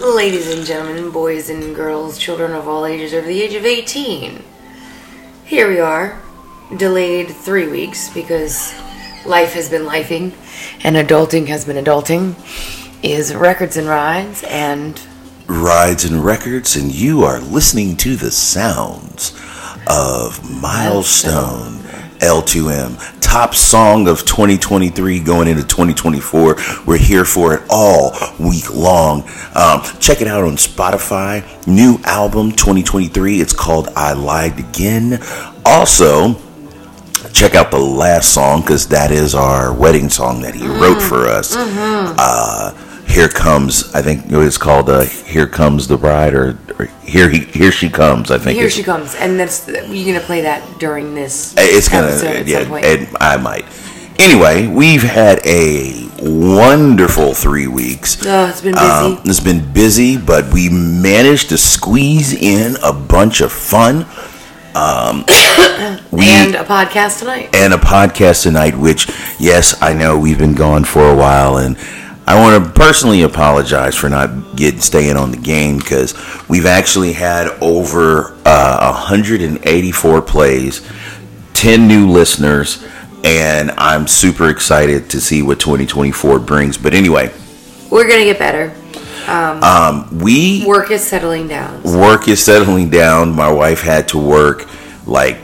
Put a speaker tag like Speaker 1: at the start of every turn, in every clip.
Speaker 1: Ladies and gentlemen, boys and girls, children of all ages over the age of 18. Here we are, delayed three weeks because life has been lifing and adulting has been adulting. Is Records and Rides and
Speaker 2: Rides and Records, and you are listening to the sounds of Milestone L2M, top song of 2023 going into 2024. We're here for it all week long. Um, check it out on Spotify. New album 2023. It's called I Lied Again. Also, check out the last song because that is our wedding song that he wrote
Speaker 1: Mm,
Speaker 2: for us.
Speaker 1: mm-hmm.
Speaker 2: Uh, here comes, I think it's called uh, "Here Comes the Bride" or, or "Here He Here She Comes." I think
Speaker 1: Here
Speaker 2: it's-
Speaker 1: She Comes. And that's you're gonna play that during this.
Speaker 2: Uh, it's gonna
Speaker 1: episode at
Speaker 2: yeah,
Speaker 1: some point.
Speaker 2: and I might. Anyway, we've had a wonderful three weeks.
Speaker 1: oh, it's been busy.
Speaker 2: Um, it's been busy, but we managed to squeeze in a bunch of fun. Um, we,
Speaker 1: and a podcast tonight.
Speaker 2: and a podcast tonight, which, yes, I know we've been gone for a while, and I want to personally apologize for not getting staying on the game because we've actually had over uh, 184 plays, 10 new listeners, and I'm super excited to see what 2024 brings. But anyway, um,
Speaker 1: We're gonna get better.
Speaker 2: we
Speaker 1: Work is settling down.
Speaker 2: work is settling down. My wife had to work like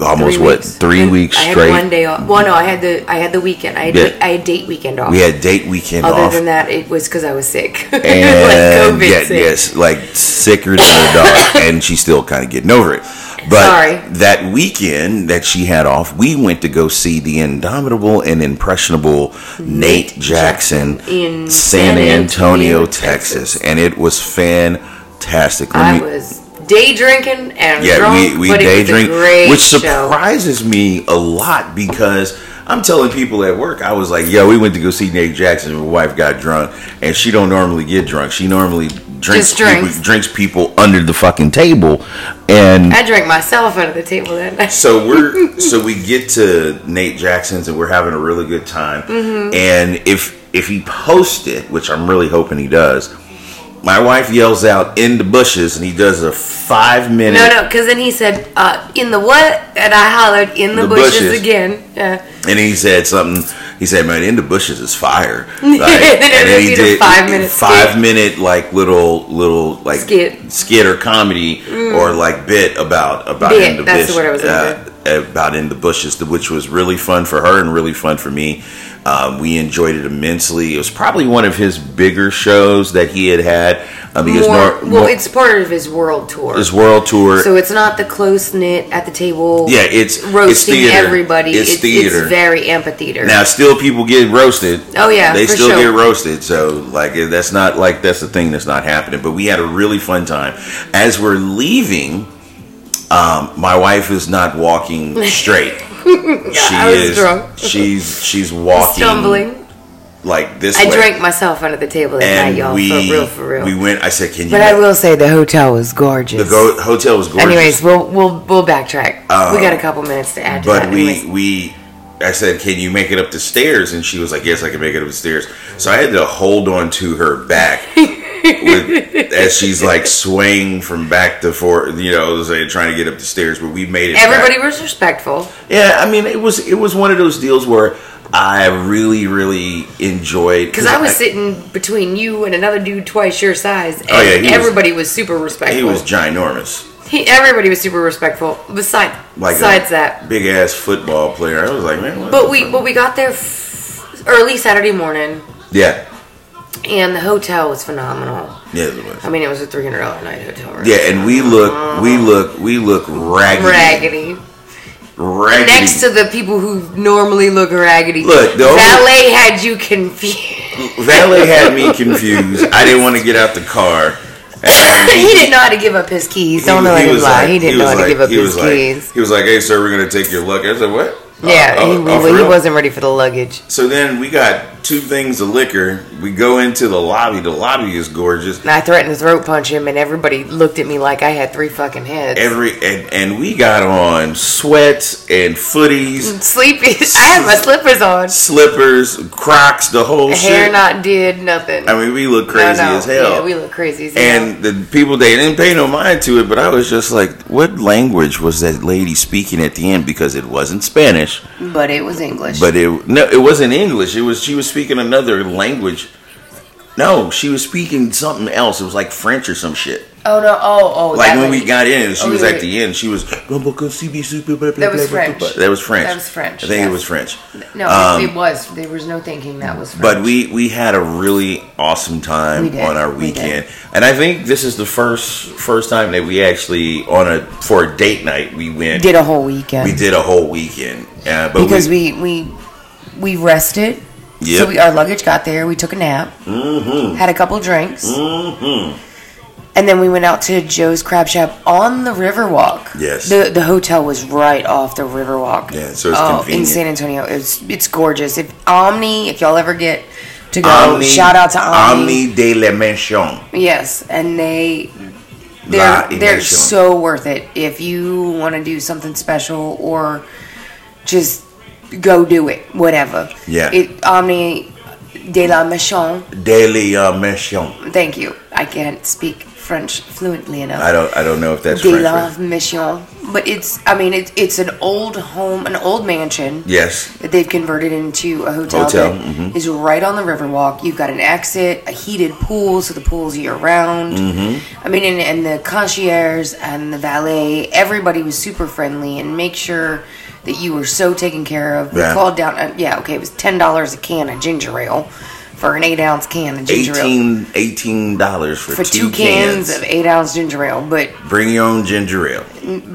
Speaker 2: almost
Speaker 1: Three
Speaker 2: what
Speaker 1: weeks.
Speaker 2: three
Speaker 1: And
Speaker 2: weeks
Speaker 1: I had
Speaker 2: straight.
Speaker 1: one day off. Well, no, I had the I had the weekend. I had
Speaker 2: Yeah.
Speaker 1: I had date weekend off.
Speaker 2: we had date weekend
Speaker 1: Other
Speaker 2: off.
Speaker 1: than that, it was because I was sick. like
Speaker 2: and
Speaker 1: COVID
Speaker 2: yeah,
Speaker 1: sick.
Speaker 2: yes, like sicker than a dog, and she's still kind of getting over it. But
Speaker 1: Sorry.
Speaker 2: that weekend that she had off, we went to go see the indomitable and impressionable Nate Jackson
Speaker 1: in
Speaker 2: San
Speaker 1: San
Speaker 2: Antonio,
Speaker 1: Antonio,
Speaker 2: Texas, and it was fantastic. Let
Speaker 1: I
Speaker 2: me-
Speaker 1: was day drinking and
Speaker 2: yeah,
Speaker 1: drunk,
Speaker 2: we, we
Speaker 1: but it
Speaker 2: day
Speaker 1: was
Speaker 2: drink,
Speaker 1: a great
Speaker 2: which
Speaker 1: show.
Speaker 2: surprises me a lot because I'm telling people at work, I was like, "Yo, we went to go see Nate Jackson. My wife got drunk, and she don't normally get drunk. She normally drinks
Speaker 1: Just drinks.
Speaker 2: People, drinks people under the fucking table, and
Speaker 1: I drank myself under the table that night.
Speaker 2: so we're so we get to Nate Jackson's and we're having a really good time.
Speaker 1: Mm-hmm.
Speaker 2: And if if he posts it, which I'm really hoping he does, my wife yells out in the bushes, and he does a five minute.
Speaker 1: No, no, because then he said, uh, "In the what?" and I hollered, "In the,
Speaker 2: The
Speaker 1: bushes.
Speaker 2: bushes.
Speaker 1: again." Uh, Yeah.
Speaker 2: And he said something. He said, "Man, in the bushes is fire." Like,
Speaker 1: And then he did a five-minute
Speaker 2: five
Speaker 1: skit.
Speaker 2: minute like little little like
Speaker 1: Skit. Mm.
Speaker 2: skit or comedy or like bit about about
Speaker 1: Bit,
Speaker 2: in the
Speaker 1: that's the
Speaker 2: bush-
Speaker 1: word I was looking
Speaker 2: uh, about in the bushes, th- which was really fun for her and really fun for me. Um, we enjoyed it immensely. It was probably one of his bigger shows that he had had uh, because
Speaker 1: More,
Speaker 2: nor-
Speaker 1: well,
Speaker 2: nor-
Speaker 1: it's part of his world tour,
Speaker 2: his world tour.
Speaker 1: so it's not the close knit at the table.
Speaker 2: yeah, it's it's
Speaker 1: roasting
Speaker 2: theater.
Speaker 1: everybody.
Speaker 2: It's, theater.
Speaker 1: It's very amphitheater.
Speaker 2: Now, still people get roasted.
Speaker 1: Oh, yeah,
Speaker 2: they
Speaker 1: for
Speaker 2: still
Speaker 1: sure.
Speaker 2: get roasted. So like that's not like that's the thing that's not happening. But we had a really fun time. As we're leaving, um, my wife is not walking straight. she
Speaker 1: I was
Speaker 2: is.
Speaker 1: drunk.
Speaker 2: She's she's walking
Speaker 1: stumbling.
Speaker 2: like this.
Speaker 1: I
Speaker 2: way.
Speaker 1: drank myself under the table that
Speaker 2: and
Speaker 1: night, y'all.
Speaker 2: we
Speaker 1: for real, for real.
Speaker 2: we went. I said, "Can you?"
Speaker 1: but I will say the hotel was gorgeous.
Speaker 2: the go- hotel was gorgeous.
Speaker 1: Anyways, we'll we'll we'll backtrack.
Speaker 2: Uh,
Speaker 1: we got a couple minutes to add to
Speaker 2: But
Speaker 1: that.
Speaker 2: we
Speaker 1: Anyways,
Speaker 2: we I said, "Can you make it up the stairs?" And she was like, "Yes, I can make it up the stairs." So I had to hold on to her back with, as she's like swaying from back to forth, you know, as they trying to get up the stairs. But we made it. back.
Speaker 1: everybody was respectful.
Speaker 2: yeah. I mean, it was it was one of those deals where I really really enjoyed
Speaker 1: Because I was sitting between you and another dude twice your size, and
Speaker 2: Oh, yeah, he was-
Speaker 1: everybody was, super
Speaker 2: He
Speaker 1: respectful.
Speaker 2: was ginormous,
Speaker 1: He- everybody was super respectful. Besides,
Speaker 2: like
Speaker 1: besides that,
Speaker 2: big ass football player. I was like, man, what
Speaker 1: but
Speaker 2: the
Speaker 1: we
Speaker 2: fuck?"
Speaker 1: but we got there f- early Saturday morning,
Speaker 2: yeah,
Speaker 1: and the hotel was phenomenal.
Speaker 2: yeah, it was.
Speaker 1: I mean, it was a three hundred dollar night hotel room.
Speaker 2: Yeah, and we look, we look, we look raggedy,
Speaker 1: raggedy.
Speaker 2: raggedy.
Speaker 1: Next to the people who normally look raggedy.
Speaker 2: Look, the only-
Speaker 1: valet had you confused.
Speaker 2: Valet had me confused. I didn't want to get out the car. And
Speaker 1: he didn't know how to give up his keys. Don't let him lie. he didn't know
Speaker 2: was
Speaker 1: how to give up
Speaker 2: he
Speaker 1: his
Speaker 2: was like,
Speaker 1: keys.
Speaker 2: He was like, "Hey, sir, we're gonna take your luggage." I said, "What?"
Speaker 1: yeah,
Speaker 2: Oh,
Speaker 1: he,
Speaker 2: oh,
Speaker 1: well,
Speaker 2: for
Speaker 1: he
Speaker 2: real?
Speaker 1: wasn't ready for the luggage.
Speaker 2: So then we got two things of liquor. We go into the lobby. The lobby is gorgeous.
Speaker 1: And I threatened to throat punch him, and everybody looked at me like I had three fucking heads.
Speaker 2: Every and, and we got on sweats and
Speaker 1: Mm.
Speaker 2: footies,
Speaker 1: Sleepy. I had my slippers on.
Speaker 2: slippers, Crocs, the whole
Speaker 1: Hair
Speaker 2: shit.
Speaker 1: not did nothing.
Speaker 2: I mean, we look
Speaker 1: No,
Speaker 2: crazy
Speaker 1: no.
Speaker 2: as hell.
Speaker 1: Yeah, we look crazy as hell.
Speaker 2: and the people they didn't pay no mind to it, but I was just like, what language was that lady speaking at the end? Because it wasn't Spanish,
Speaker 1: But it was English.
Speaker 2: but it no, it wasn't English. It was she was speaking another language. No, she was speaking something else. It was like French or some shit.
Speaker 1: oh no! Oh oh!
Speaker 2: Like
Speaker 1: that
Speaker 2: when we
Speaker 1: lady.
Speaker 2: got in, she
Speaker 1: Oh,
Speaker 2: was
Speaker 1: yeah,
Speaker 2: at
Speaker 1: yeah.
Speaker 2: the end. She was. That
Speaker 1: That was
Speaker 2: was
Speaker 1: French.
Speaker 2: That was French.
Speaker 1: That was French,
Speaker 2: I think
Speaker 1: yes.
Speaker 2: it was French.
Speaker 1: No,
Speaker 2: Um,
Speaker 1: it was. There was no thinking that was. French.
Speaker 2: But we we had a really awesome
Speaker 1: We
Speaker 2: time
Speaker 1: did.
Speaker 2: on our
Speaker 1: We did.
Speaker 2: weekend, and I think this is the first first time that we actually on a for a date night we went.
Speaker 1: did a whole weekend
Speaker 2: We did a whole weekend, uh, but
Speaker 1: because we we we rested.
Speaker 2: Yep. Mm-hmm.
Speaker 1: So we, our luggage got there. We took a nap, had a couple drinks, and then we went out to Joe's Crab Shack on the Riverwalk.
Speaker 2: Yes.
Speaker 1: the the hotel was right off the Riverwalk. Oh,
Speaker 2: Yeah, so it's
Speaker 1: in
Speaker 2: convenient.
Speaker 1: San Antonio, it's it's gorgeous. If Omni, if y'all ever get to go,
Speaker 2: Omni,
Speaker 1: shout out to
Speaker 2: Omni de la Mansion.
Speaker 1: Yes, and they
Speaker 2: La
Speaker 1: they're they're
Speaker 2: Ignition.
Speaker 1: so worth it. If you want to do something special or just go do it, whatever.
Speaker 2: Yeah.
Speaker 1: It Omni de la Mission.
Speaker 2: De la Mansion.
Speaker 1: Thank you. I can't speak French fluently enough.
Speaker 2: I don't I don't know if that's
Speaker 1: de
Speaker 2: French.
Speaker 1: la
Speaker 2: but-
Speaker 1: Mission, but it's I mean it's it's an old home, an old mansion
Speaker 2: Yes,
Speaker 1: that they've converted into a hotel,
Speaker 2: Hotel, mm-hmm.
Speaker 1: that is right on the Riverwalk. You've got an exit, a heated pool, so the pool's year round.
Speaker 2: Mm-hmm.
Speaker 1: I mean, and, and the concierge and the valet, everybody was super friendly and make sure that you were so taken care of. We
Speaker 2: Yeah.
Speaker 1: called down, uh, yeah, okay, it was ten dollars a can of ginger ale for an eight ounce can of ginger ale.
Speaker 2: 18 dollars for,
Speaker 1: For two cans of eight ounce ginger ale, but
Speaker 2: Bring your own ginger ale.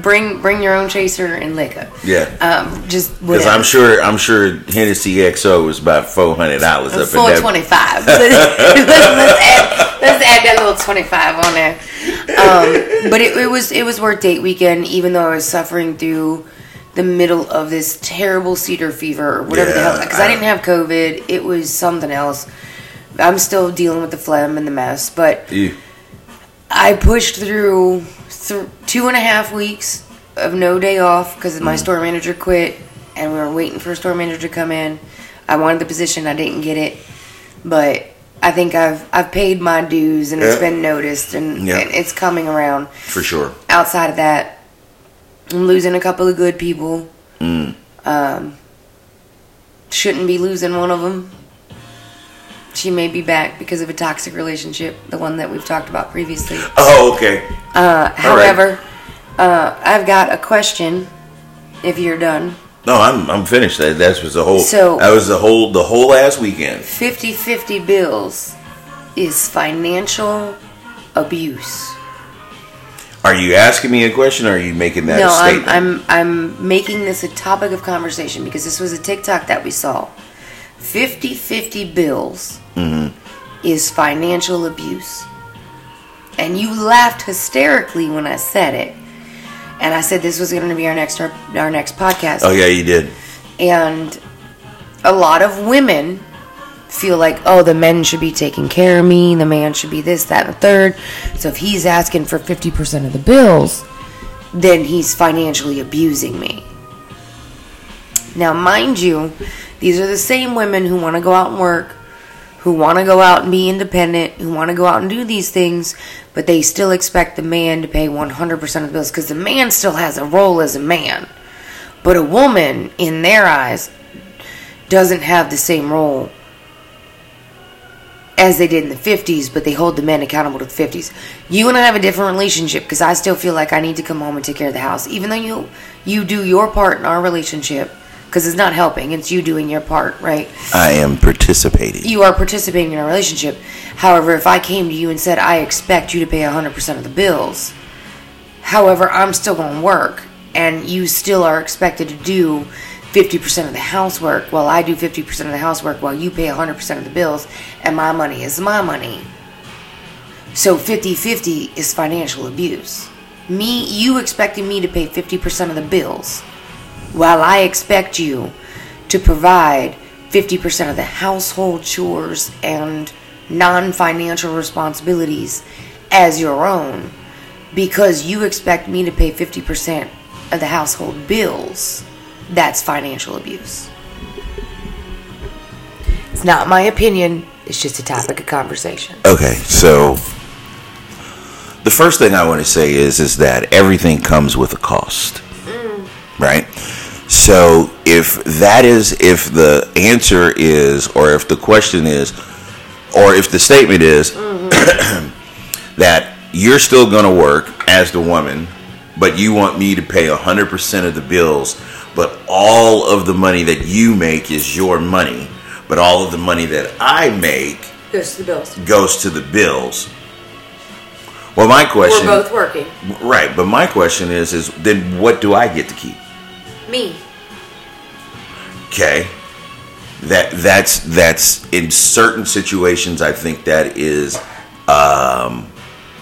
Speaker 1: bring bring your own chaser and liquor.
Speaker 2: Yeah.
Speaker 1: Um, just
Speaker 2: Because
Speaker 1: whatever.
Speaker 2: I'm sure, I'm sure Hennessy XO was about four hundred dollars up in
Speaker 1: Four
Speaker 2: that.
Speaker 1: twenty five. let's, let's add, let's add that little twenty five on there. Um, but it, it was it was worth date weekend, even though I was suffering through the middle of this terrible cedar fever or whatever the hell.
Speaker 2: Yeah,
Speaker 1: Because I,
Speaker 2: I-
Speaker 1: didn't have COVID; it was something else. I'm still dealing with the phlegm and the mess, but
Speaker 2: Ew.
Speaker 1: I pushed through th- two and a half weeks of no day off because
Speaker 2: Mm.
Speaker 1: my store manager quit, and we were waiting for a store manager to come in. I wanted the position, I didn't get it, but I think I've I've paid my dues and it's
Speaker 2: Yeah.
Speaker 1: been noticed and,
Speaker 2: Yeah.
Speaker 1: and it's coming around.
Speaker 2: for sure.
Speaker 1: Outside of that, I'm losing a couple of good people. Um,
Speaker 2: Mm.
Speaker 1: shouldn't be losing one of them. She may be back because of a toxic relationship, the one that we've talked about previously.
Speaker 2: Oh, okay.
Speaker 1: Uh,
Speaker 2: All right.
Speaker 1: however, uh, I've got a question. If you're done,
Speaker 2: No, I'm I'm finished. That that was the whole.
Speaker 1: So-
Speaker 2: that was the whole the whole last weekend.
Speaker 1: 50-50 bills is financial abuse.
Speaker 2: Are you asking me a question? or Are you making that
Speaker 1: no,
Speaker 2: a
Speaker 1: I'm,
Speaker 2: statement?
Speaker 1: I'm I'm making this a topic of conversation because this was a TikTok that we saw. 50-50 bills
Speaker 2: Mm-hmm.
Speaker 1: is financial abuse. And you laughed hysterically when I said it. And I said this was going to be our next our, our next podcast.
Speaker 2: oh yeah, you did.
Speaker 1: And a lot of women feel like, oh, the men should be taking care of me, the man should be this, that, and the third. So if he's asking for 50% of the bills, then he's financially abusing me. Now, mind you, these are the same women who want to go out and work, who want to go out and be independent, who want to go out and do these things, but they still expect the man to pay 100% of the bills because the man still has a role as a man. But a woman, in their eyes, doesn't have the same role as they did in the 50s, but they hold the men accountable to the 50s. You and I have a different relationship because I still feel like I need to come home and take care of the house, even though you you do your part in our relationship because it's not helping; it's you doing your part, right?
Speaker 2: I am participating.
Speaker 1: you are participating in a relationship. However, if I came to you and said, I expect you to pay 100% of the bills, however, I'm still going to work, and you still are expected to do 50% of the housework while I do 50% of the housework while you pay 100% of the bills, and my money is my money. So 50 50 is financial abuse. Me, you expecting me to pay 50% of the bills while I expect you to provide 50% of the household chores and non financial responsibilities as your own because you expect me to pay 50% of the household bills That's financial abuse. It's not my opinion, it's just a topic of conversation.
Speaker 2: Okay, so the first thing I want to say is is that everything comes with a cost. Right? So if that is if the answer is or if the question is or if the statement is that you're still going to work as the woman but you want me to pay 100% of the bills but all of the money that you make is your money but all of the money that I make
Speaker 1: Goes to the bills.
Speaker 2: goes to the bills. Well, my
Speaker 1: We're
Speaker 2: question,
Speaker 1: both working.
Speaker 2: right? But my question is, is then what do I get to keep?
Speaker 1: Me.
Speaker 2: Okay, that that's that's in certain situations. I think that is, um,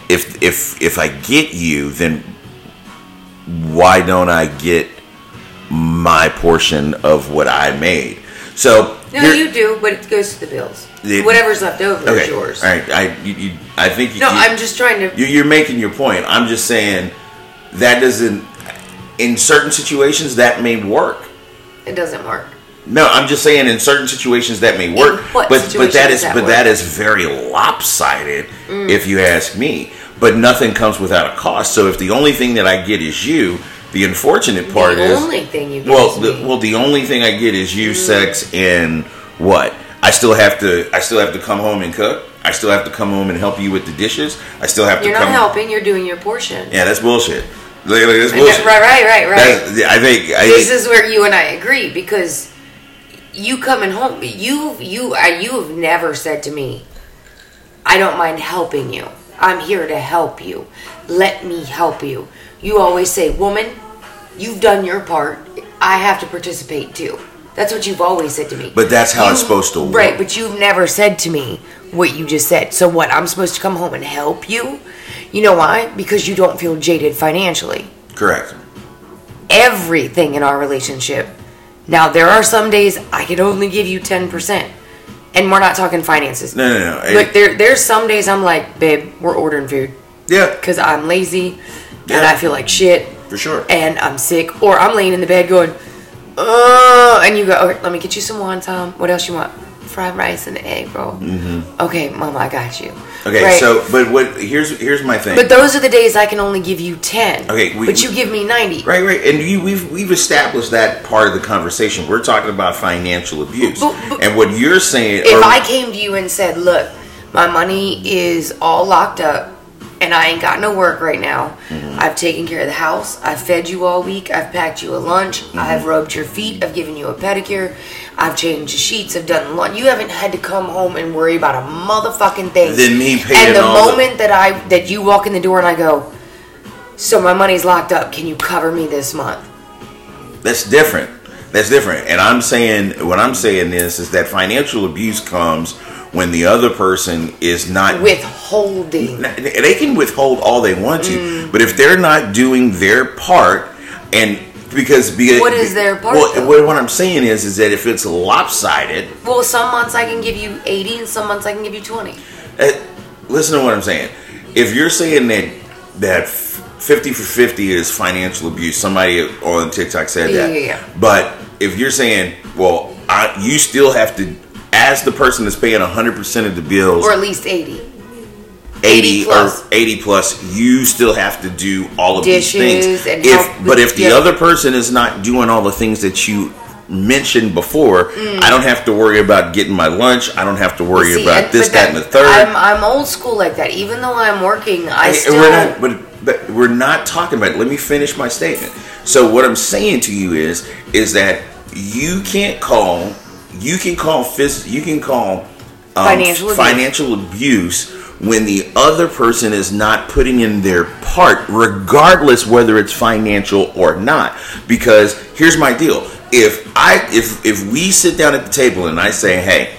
Speaker 2: if if if I get you, then why don't I get my portion of what I made? So
Speaker 1: No,
Speaker 2: here-
Speaker 1: you do, but it goes to the bills.
Speaker 2: The-
Speaker 1: Whatever's left over
Speaker 2: okay,
Speaker 1: is yours.
Speaker 2: All right, I you, you, I think you,
Speaker 1: No,
Speaker 2: you-
Speaker 1: I'm just trying to.
Speaker 2: You- You're making your point. I'm just saying that doesn't. In certain situations, that may work.
Speaker 1: it doesn't work.
Speaker 2: No, I'm just saying in certain situations that may work.
Speaker 1: what
Speaker 2: but but that
Speaker 1: situations
Speaker 2: is
Speaker 1: that
Speaker 2: but
Speaker 1: work? Mm.
Speaker 2: that is very lopsided, if you ask me. But nothing comes without a cost. So if the only thing that I get is you, the unfortunate part
Speaker 1: the
Speaker 2: is
Speaker 1: only thing you get
Speaker 2: well,
Speaker 1: is
Speaker 2: the,
Speaker 1: me. Mm.
Speaker 2: well, the only thing I get is you, sex, and what? I still have to. I still have to come home and cook. I still have to come home and help you with the dishes. I still have
Speaker 1: you're
Speaker 2: to
Speaker 1: not
Speaker 2: come.
Speaker 1: helping. You're doing your portion.
Speaker 2: Yeah, that's bullshit. Like, like, that's
Speaker 1: Right,
Speaker 2: bullshit.
Speaker 1: right, right, right.
Speaker 2: That's- I think. I,
Speaker 1: this is where you and I agree because you coming home, you you uh, you have never said to me, "I don't mind helping you. I'm here to help you. Let me help you." You always say, "Woman, you've done your part. I have to participate too." That's what you've always said to me.
Speaker 2: But that's how it's supposed to work.
Speaker 1: Right, but you've never said to me what you just said. So what? I'm supposed to come home and help you? You know why? Because you don't feel jaded financially
Speaker 2: correct.
Speaker 1: everything in our relationship. Now, there are some days I can only give you 10%. And we're not talking finances.
Speaker 2: No, no, no. I-
Speaker 1: Like, there, there's some days I'm like, babe, we're ordering food
Speaker 2: yeah,
Speaker 1: because I'm lazy and
Speaker 2: Yeah.
Speaker 1: I feel like shit
Speaker 2: for sure.
Speaker 1: and I'm sick. Or I'm laying in the bed going, oh, and you go, okay, let me get you some wonton. What else you want? Fried rice and egg roll. Mm-hmm. Okay, mama, I got you.
Speaker 2: Okay,
Speaker 1: Right?
Speaker 2: so but what? Here's here's my thing.
Speaker 1: But those are the days I can only give you 10.
Speaker 2: Okay, we-
Speaker 1: but
Speaker 2: we-
Speaker 1: you give me 90.
Speaker 2: right, right, and you, we've we've established that part of the conversation. We're talking about financial abuse,
Speaker 1: But- but-
Speaker 2: and what you're saying.
Speaker 1: if
Speaker 2: or-
Speaker 1: I came to you and said, "Look, my money is all locked up, and I ain't got no work right now.
Speaker 2: Mm-hmm.
Speaker 1: I've taken care of the house. I've fed you all week. I've packed you a lunch.
Speaker 2: Mm-hmm.
Speaker 1: I've rubbed your feet. I've given you a pedicure. I've changed the sheets. I've done lunch. You haven't had to come home and worry about a motherfucking thing."
Speaker 2: Then me paying
Speaker 1: And the
Speaker 2: all the-
Speaker 1: moment that I that you walk in the door and I go, "So my money's locked up. Can you cover me this month?"
Speaker 2: That's different. That's different. And I'm saying what I'm saying is is that financial abuse comes when the other person is not
Speaker 1: Withholding.
Speaker 2: Now, they can withhold all they want to,
Speaker 1: Mm.
Speaker 2: but if they're not doing their part, and because because
Speaker 1: What is their part,
Speaker 2: Well,
Speaker 1: though?
Speaker 2: what, what I'm saying is, is that if it's lopsided,
Speaker 1: Well, some months I can give you 80 and some months I can give you 20.
Speaker 2: uh, listen to what I'm saying. If you're saying that that fifty for fifty is financial abuse, somebody on TikTok said
Speaker 1: Yeah,
Speaker 2: that.
Speaker 1: yeah, yeah.
Speaker 2: But if you're saying, well, I, you still have to, as the person that's paying hundred percent of the bills,
Speaker 1: or at least 80
Speaker 2: 80
Speaker 1: plus.
Speaker 2: or 80 plus you still have to do all of these
Speaker 1: Dishes
Speaker 2: things
Speaker 1: and
Speaker 2: if
Speaker 1: help with-
Speaker 2: but if the
Speaker 1: yeah.
Speaker 2: other person is not doing all the things that you mentioned before i don't have to worry about getting my lunch i don't have to worry
Speaker 1: Mm. See,
Speaker 2: about
Speaker 1: and-
Speaker 2: this
Speaker 1: but
Speaker 2: that, and the third
Speaker 1: I'm, I'm old school like that even though i'm working i
Speaker 2: And
Speaker 1: still
Speaker 2: we're not but, but we're not talking about it let me finish my statement so what i'm saying to you is is that you can't call you can call fist you can call um,
Speaker 1: Financial abuse.
Speaker 2: financial abuse when the other person is not putting in their part, regardless whether it's financial or not. Because here's my deal: if I if if we sit down at the table and I say, "Hey,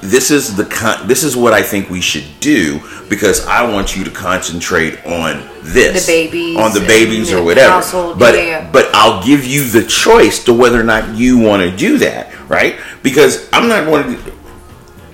Speaker 2: this is the con- this is what I think we should do," because I want you to concentrate on this,
Speaker 1: The babies
Speaker 2: on the
Speaker 1: and
Speaker 2: babies
Speaker 1: the
Speaker 2: or whatever.
Speaker 1: household,
Speaker 2: but
Speaker 1: yeah, yeah.
Speaker 2: but I'll give you the choice to whether or not you want to do that, right? Because I'm not going to.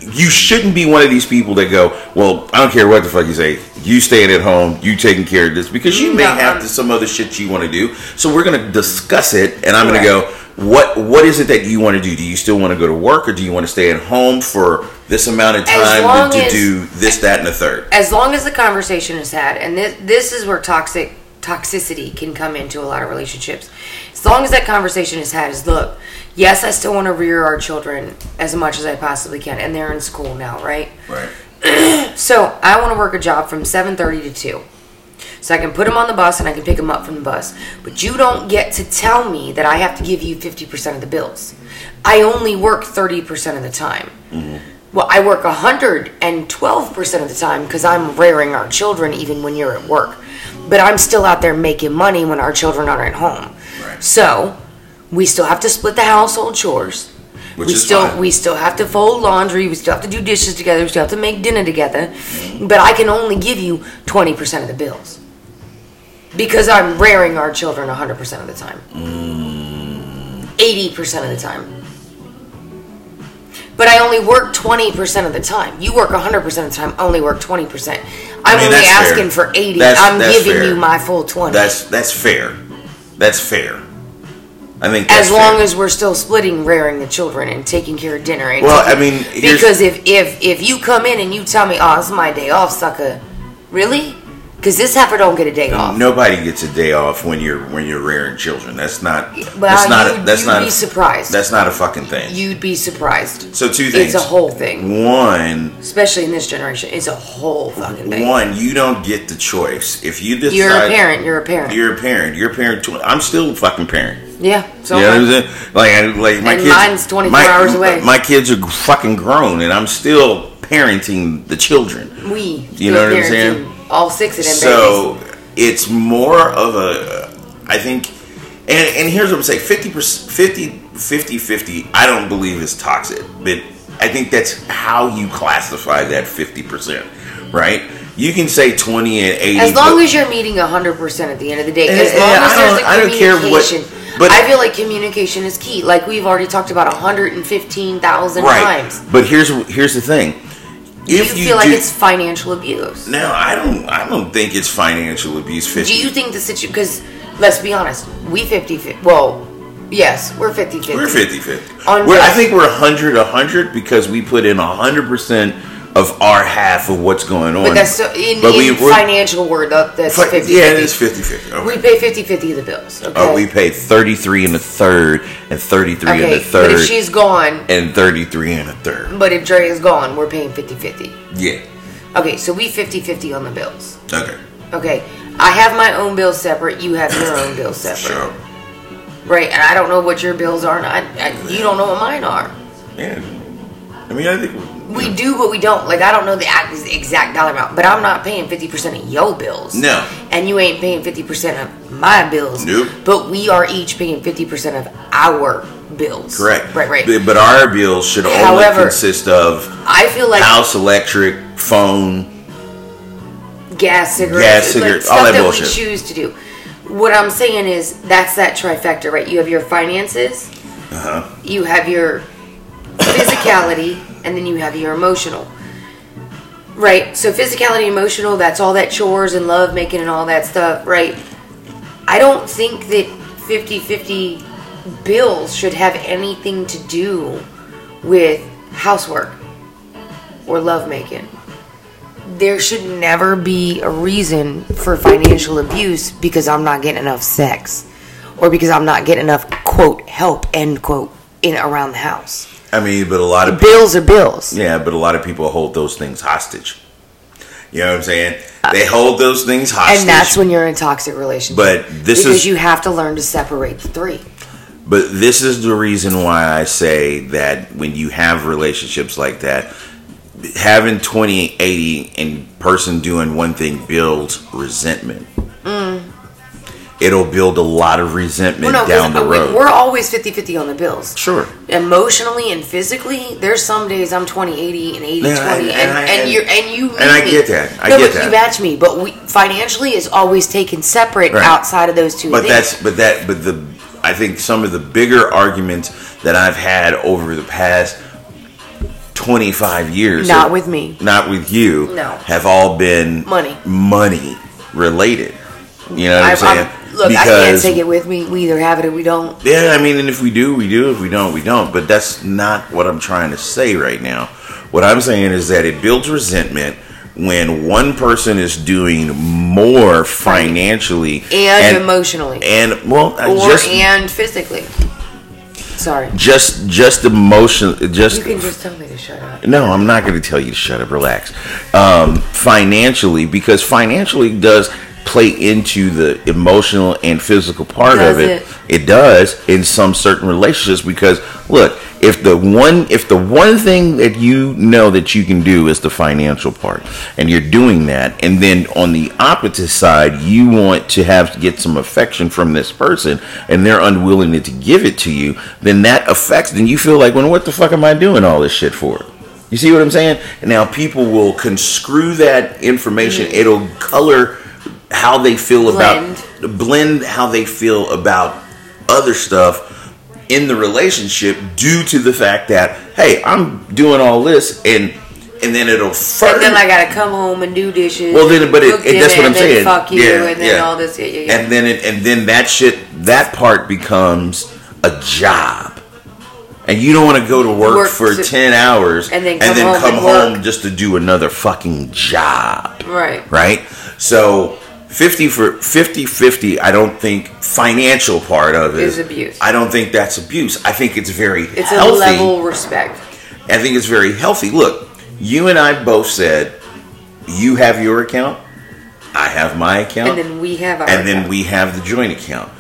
Speaker 2: You shouldn't be one of these people that go, well, I don't care what the fuck you say. You staying at home, you taking care of this because you may
Speaker 1: No,
Speaker 2: have
Speaker 1: I'm-
Speaker 2: to, some other shit you want to do. So we're going to discuss it, and I'm going to
Speaker 1: Correct.
Speaker 2: go. what what is it that you want to do? Do you still want to go to work, or do you want to stay at home for this amount of
Speaker 1: As long
Speaker 2: time to
Speaker 1: as-
Speaker 2: do this, that, and the third?
Speaker 1: as long as the conversation is had, and this, this is where toxic toxicity can come into a lot of relationships. As long as that conversation is had, is look, yes, I still want to rear our children as much as I possibly can, and they're in school now, right?
Speaker 2: Right.
Speaker 1: So I want to work a job from 7:30 to 2. So I can put them on the bus and I can pick them up from the bus. But you don't get to tell me that I have to give you 50% of the bills. I only work 30% of the time. Well, I work 112% of the time because I'm rearing our children even when you're at work. But I'm still out there making money when our children are at home.
Speaker 2: Right.
Speaker 1: So we still have to split the household chores
Speaker 2: Which
Speaker 1: we
Speaker 2: is
Speaker 1: still
Speaker 2: fine.
Speaker 1: we still have to fold laundry. We still have to do dishes together. We still have to make dinner together.
Speaker 2: Mm-hmm.
Speaker 1: But I can only give you twenty percent of the bills because I'm rearing our children hundred percent of the time,
Speaker 2: Mm.
Speaker 1: eighty percent of the time. But I only work twenty percent of the time. You work hundred percent of the time. I only work twenty percent. I'm
Speaker 2: mean,
Speaker 1: only
Speaker 2: that's fair.
Speaker 1: asking for eighty.
Speaker 2: That's-
Speaker 1: I'm
Speaker 2: that's
Speaker 1: giving
Speaker 2: fair.
Speaker 1: you my full twenty.
Speaker 2: That's that's fair. That's fair. I think that's
Speaker 1: as long
Speaker 2: fair.
Speaker 1: as we're still splitting rearing the children and taking care of dinner and
Speaker 2: Well, I mean, here's-
Speaker 1: because if if if you come in and you tell me oh it's my day off sucker really because this heifer don't get a day off
Speaker 2: nobody gets a day off when you're when you're rearing children. That's not.
Speaker 1: well
Speaker 2: that's not.
Speaker 1: you'd,
Speaker 2: a, that's
Speaker 1: you'd
Speaker 2: not.
Speaker 1: be
Speaker 2: a,
Speaker 1: surprised
Speaker 2: that's not a fucking thing.
Speaker 1: you'd be surprised
Speaker 2: so two things.
Speaker 1: it's a whole thing
Speaker 2: One.
Speaker 1: especially in this generation it's a whole fucking thing
Speaker 2: One, you don't get the choice. If you decide
Speaker 1: you're a parent you're a parent
Speaker 2: you're a parent, you're a parent. Tw- I'm still a fucking parent.
Speaker 1: yeah so
Speaker 2: you know what I'm saying? Like, I, like my
Speaker 1: And
Speaker 2: kids.
Speaker 1: mine's 24
Speaker 2: my-
Speaker 1: hours away.
Speaker 2: My kids are fucking grown, and I'm still parenting the children.
Speaker 1: we
Speaker 2: You know
Speaker 1: still
Speaker 2: what I'm
Speaker 1: parenting
Speaker 2: saying?
Speaker 1: all six of them
Speaker 2: So it's more of a, I think, and and here's what I'm saying: 50 50 50 50. I don't believe is toxic, but I think that's how you classify that 50 percent, right? You can say 20 and 80.
Speaker 1: As
Speaker 2: but-
Speaker 1: long as you're meeting 100% at the end of the day,
Speaker 2: And-
Speaker 1: as
Speaker 2: and
Speaker 1: long as
Speaker 2: I
Speaker 1: there's
Speaker 2: don't-
Speaker 1: a
Speaker 2: I don't care
Speaker 1: communication.
Speaker 2: what- but-
Speaker 1: I feel like communication is key. Like we've already talked about 115,000 times.
Speaker 2: But here's here's the thing.
Speaker 1: Do you,
Speaker 2: If you,
Speaker 1: feel like
Speaker 2: do-
Speaker 1: it's financial abuse?
Speaker 2: no, I don't. I don't think it's financial abuse. Fifty.
Speaker 1: Do you think the situation, because let's be honest, we 50 50, well, yes, we're 50 50.
Speaker 2: we're 50-50.
Speaker 1: On
Speaker 2: We're- I
Speaker 1: what?
Speaker 2: think we're 100 100 because we put in 100% of our half of what's going on.
Speaker 1: But that's so, in,
Speaker 2: But
Speaker 1: in
Speaker 2: we're-
Speaker 1: financial word, that- that's
Speaker 2: fi-
Speaker 1: 50
Speaker 2: Yeah, it is 50-50. Okay.
Speaker 1: We pay 50 50 of the bills. Okay.
Speaker 2: Oh, we paid 33 and a third and 33 and
Speaker 1: okay.
Speaker 2: a third
Speaker 1: But if she's gone,
Speaker 2: and 33 and a third.
Speaker 1: but if Dre is gone, we're paying 50 50.
Speaker 2: Yeah.
Speaker 1: Okay, so we 50 50 on the bills.
Speaker 2: Okay.
Speaker 1: Okay, I have my own bills separate. You have your own bills separate,
Speaker 2: Sure.
Speaker 1: right? And I don't know what your bills are, and I, I, you don't know what mine are.
Speaker 2: Yeah. I mean, I think
Speaker 1: We do, but we don't. Like I don't know the ac- exact dollar amount, but I'm not paying fifty percent of your bills.
Speaker 2: No.
Speaker 1: and you ain't paying fifty percent of my bills.
Speaker 2: Nope.
Speaker 1: But we are each paying fifty percent of our bills.
Speaker 2: correct.
Speaker 1: Right. Right.
Speaker 2: But- But our bills should only
Speaker 1: However-
Speaker 2: consist of
Speaker 1: I feel like
Speaker 2: house, electric, phone.
Speaker 1: gas cigarettes,
Speaker 2: Gas,
Speaker 1: like,
Speaker 2: cigarettes,
Speaker 1: stuff
Speaker 2: all that
Speaker 1: that
Speaker 2: bullshit.
Speaker 1: we choose to do. What I'm saying is that's that trifecta, right? You have your finances,
Speaker 2: Uh-huh.
Speaker 1: you have your physicality, and then you have your emotional. Right. So physicality, emotional, that's all that chores and love making and all that stuff, right? I don't think that 50-50 bills should have anything to do with housework or love making there should never be a reason for financial abuse because I'm not getting enough sex or because I'm not getting enough quote help end quote in around the house.
Speaker 2: I mean, but a lot of
Speaker 1: Bills are bills.
Speaker 2: yeah, but a lot of people hold those things hostage. You know what I'm saying? They hold those things hostage.
Speaker 1: And that's when you're in a toxic relationship.
Speaker 2: But this
Speaker 1: because
Speaker 2: is-
Speaker 1: you have to learn to separate the three.
Speaker 2: but this is the reason why I say that when you have relationships like that, having 20 80 and person doing one thing builds resentment. It'll build a lot of resentment
Speaker 1: Mm. Well, no, 'cause,
Speaker 2: down the
Speaker 1: uh, we-
Speaker 2: road.
Speaker 1: We're always 50-50 on the bills.
Speaker 2: Sure.
Speaker 1: Emotionally and physically, there's some days I'm 20-80 and 80-20
Speaker 2: Yeah, and-
Speaker 1: and,
Speaker 2: and
Speaker 1: and,
Speaker 2: I- and-
Speaker 1: you're and you meet
Speaker 2: and I
Speaker 1: me.
Speaker 2: get that. I
Speaker 1: no,
Speaker 2: get
Speaker 1: but
Speaker 2: that.
Speaker 1: you match me, but we financially is always taken separate
Speaker 2: Right.
Speaker 1: outside of those two
Speaker 2: But
Speaker 1: things.
Speaker 2: that's but that but the I think some of the bigger arguments that I've had over the past twenty five years,
Speaker 1: Not with me.
Speaker 2: not with you,
Speaker 1: No.
Speaker 2: have all been
Speaker 1: Money.
Speaker 2: money related. You know what I'm
Speaker 1: I've-
Speaker 2: saying?
Speaker 1: I'm- Look, I can't take it with me. We either have it or we don't.
Speaker 2: Yeah, I mean, and if we do, we do. If we don't, we don't. But that's not what I'm trying to say right now. What I'm saying is that it builds resentment when one person is doing more financially
Speaker 1: And, emotionally.
Speaker 2: and well, I
Speaker 1: or
Speaker 2: just
Speaker 1: and physically. Sorry.
Speaker 2: just just emotion,
Speaker 1: You
Speaker 2: just
Speaker 1: can just tell me to shut up.
Speaker 2: No, I'm not going to tell you to shut up. Relax. Um, financially, because financially does play into the emotional and physical part
Speaker 1: Does
Speaker 2: of it.
Speaker 1: it?
Speaker 2: It does in some certain relationships. Because look, if the one if the one thing that you know that you can do is the financial part, and you're doing that, and then on the opposite side, you want to have to get some affection from this person, and they're unwilling to give it to you, then that affects. Then you feel like, well, what the fuck am I doing all this shit for? You see what I'm saying? And now people will conscrew that information. It'll color how they feel about blend how they feel about other stuff in the relationship due to the fact that hey, I'm doing all this and and then it'll
Speaker 1: And
Speaker 2: further
Speaker 1: then I gotta come home and do dishes.
Speaker 2: Well, then, but it-
Speaker 1: cook
Speaker 2: it- that's
Speaker 1: dinner,
Speaker 2: what I'm
Speaker 1: and then
Speaker 2: saying.
Speaker 1: Fuck you,
Speaker 2: Yeah,
Speaker 1: and then
Speaker 2: yeah.
Speaker 1: all this. Yeah, yeah, yeah.
Speaker 2: and then it, and then that shit that part becomes a job. And you don't want to go to work,
Speaker 1: Work
Speaker 2: for
Speaker 1: to-
Speaker 2: 10 hours
Speaker 1: and then come home
Speaker 2: come
Speaker 1: and work.
Speaker 2: home just to do another fucking job.
Speaker 1: right.
Speaker 2: right? So 50 for 50 50 I don't think financial part of it
Speaker 1: Is abuse.
Speaker 2: I don't think that's abuse. I think it's very
Speaker 1: It's
Speaker 2: healthy.
Speaker 1: a level respect.
Speaker 2: I think it's very healthy. Look, you and I both said you have your account, I have my account,
Speaker 1: And then we have our.
Speaker 2: and then we have the joint account.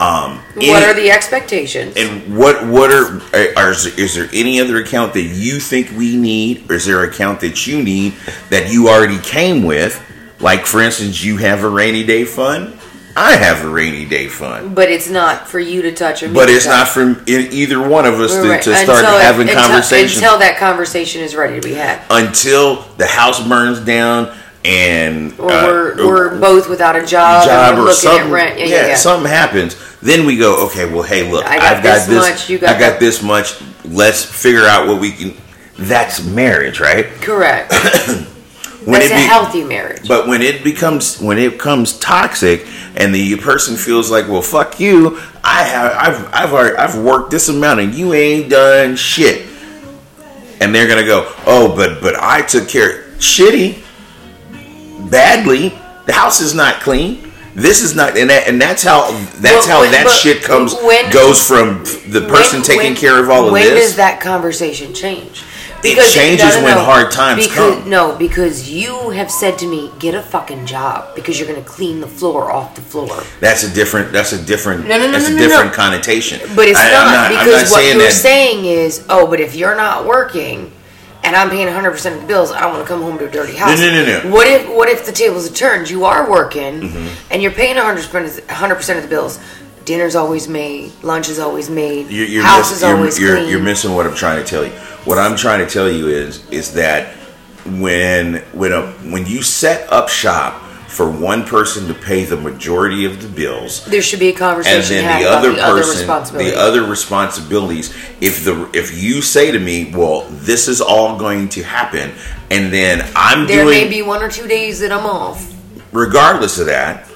Speaker 2: Um,
Speaker 1: What
Speaker 2: any-
Speaker 1: are the expectations?
Speaker 2: and what what are, are is, is there any other account that you think we need or is there an account that you need that you already came with like for instance you have a rainy day fund i have a rainy day fund
Speaker 1: but it's not for you to touch or me
Speaker 2: but
Speaker 1: to
Speaker 2: it's
Speaker 1: touch.
Speaker 2: not from e- either one of us to,
Speaker 1: Right.
Speaker 2: to start
Speaker 1: Until-
Speaker 2: having
Speaker 1: until-
Speaker 2: conversations
Speaker 1: until that conversation is ready to be had.
Speaker 2: until, the house burns down and
Speaker 1: or
Speaker 2: uh,
Speaker 1: we're, we're both without a job,
Speaker 2: job
Speaker 1: Uh, and we're
Speaker 2: or
Speaker 1: looking
Speaker 2: something.
Speaker 1: at rent. Yeah, yeah, yeah.
Speaker 2: something happens. Then we go, okay, well, hey, look,
Speaker 1: I got
Speaker 2: I've got
Speaker 1: this
Speaker 2: this.
Speaker 1: much, you got
Speaker 2: I got
Speaker 1: that.
Speaker 2: this much. Let's figure out what we can. That's marriage, right?
Speaker 1: Correct.
Speaker 2: When
Speaker 1: That's
Speaker 2: it
Speaker 1: a
Speaker 2: be-
Speaker 1: healthy marriage.
Speaker 2: But when it becomes when it becomes toxic, and the person feels like, well, fuck you, I have I've I've already, I've worked this amount, and you ain't done shit. And they're gonna go, oh, but but I took care shitty, badly. The house is not clean. This is not, and that, and that's how
Speaker 1: But
Speaker 2: that's how
Speaker 1: when-
Speaker 2: that
Speaker 1: but
Speaker 2: shit comes
Speaker 1: when-
Speaker 2: goes from the person
Speaker 1: When-
Speaker 2: taking
Speaker 1: when-
Speaker 2: care of all of
Speaker 1: when
Speaker 2: this.
Speaker 1: does that conversation change?
Speaker 2: It changes when hard times
Speaker 1: because,
Speaker 2: come.
Speaker 1: No, because you have said to me, "Get a fucking job," because you're going to clean the floor off the floor.
Speaker 2: That's a different. That's a different.
Speaker 1: No, no, no,
Speaker 2: that's
Speaker 1: no,
Speaker 2: a
Speaker 1: no, no.
Speaker 2: different connotation.
Speaker 1: But it's
Speaker 2: I- I'm
Speaker 1: not,
Speaker 2: I'm
Speaker 1: because what
Speaker 2: saying
Speaker 1: you're
Speaker 2: that-
Speaker 1: saying is, "Oh, but if you're not working." And I'm paying 100 percent of the bills. I don't want to come home to a dirty house.
Speaker 2: no, no, no. Mm-hmm.
Speaker 1: What if What if the tables are turned? You are working, and you're paying 100 percent of the bills. Dinner's always made. Lunch is always made.
Speaker 2: You're, you're
Speaker 1: house
Speaker 2: miss-
Speaker 1: is
Speaker 2: you're-
Speaker 1: always
Speaker 2: you're,
Speaker 1: clean.
Speaker 2: you're missing what I'm trying to tell you. What I'm trying to tell you is is that when when a when you set up shop for one person to pay the majority of the bills,
Speaker 1: There should be a
Speaker 2: and
Speaker 1: conversation
Speaker 2: then
Speaker 1: had
Speaker 2: the
Speaker 1: about
Speaker 2: other
Speaker 1: uh, the other
Speaker 2: person
Speaker 1: responsibility.
Speaker 2: the other responsibilities if the if you say to me well this is all going to happen and then i'm
Speaker 1: there
Speaker 2: doing
Speaker 1: may be one or two days that I'm off.
Speaker 2: regardless of that,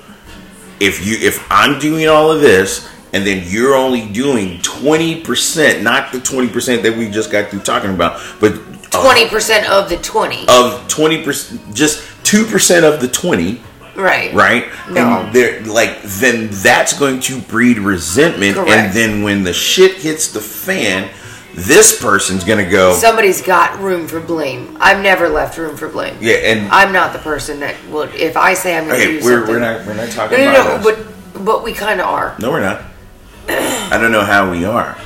Speaker 2: if you if I'm doing all of this and then you're only doing 20%, not the 20% that we just got through talking about, but uh,
Speaker 1: Twenty percent of the twenty.
Speaker 2: of 20%, just 2% of the 20,
Speaker 1: right.
Speaker 2: right?
Speaker 1: No.
Speaker 2: And they're like then that's going to breed resentment and
Speaker 1: Correct.
Speaker 2: then when the shit hits the fan, this person's going to go
Speaker 1: Somebody's got room for blame. I've never left room for blame.
Speaker 2: yeah, and
Speaker 1: I'm not the person that will. If I say I'm going to
Speaker 2: okay,
Speaker 1: do
Speaker 2: we're,
Speaker 1: something,
Speaker 2: we're not we're not talking
Speaker 1: no, no,
Speaker 2: about
Speaker 1: no.
Speaker 2: us.
Speaker 1: But but we kind of are.
Speaker 2: No, we're not. I don't know how we are,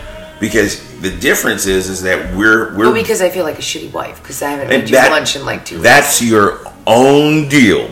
Speaker 2: because the difference is is that we're we're
Speaker 1: Well, because I feel like a shitty wife because I haven't
Speaker 2: and
Speaker 1: made you
Speaker 2: that-
Speaker 1: lunch in like two. weeks.
Speaker 2: That's your own deal.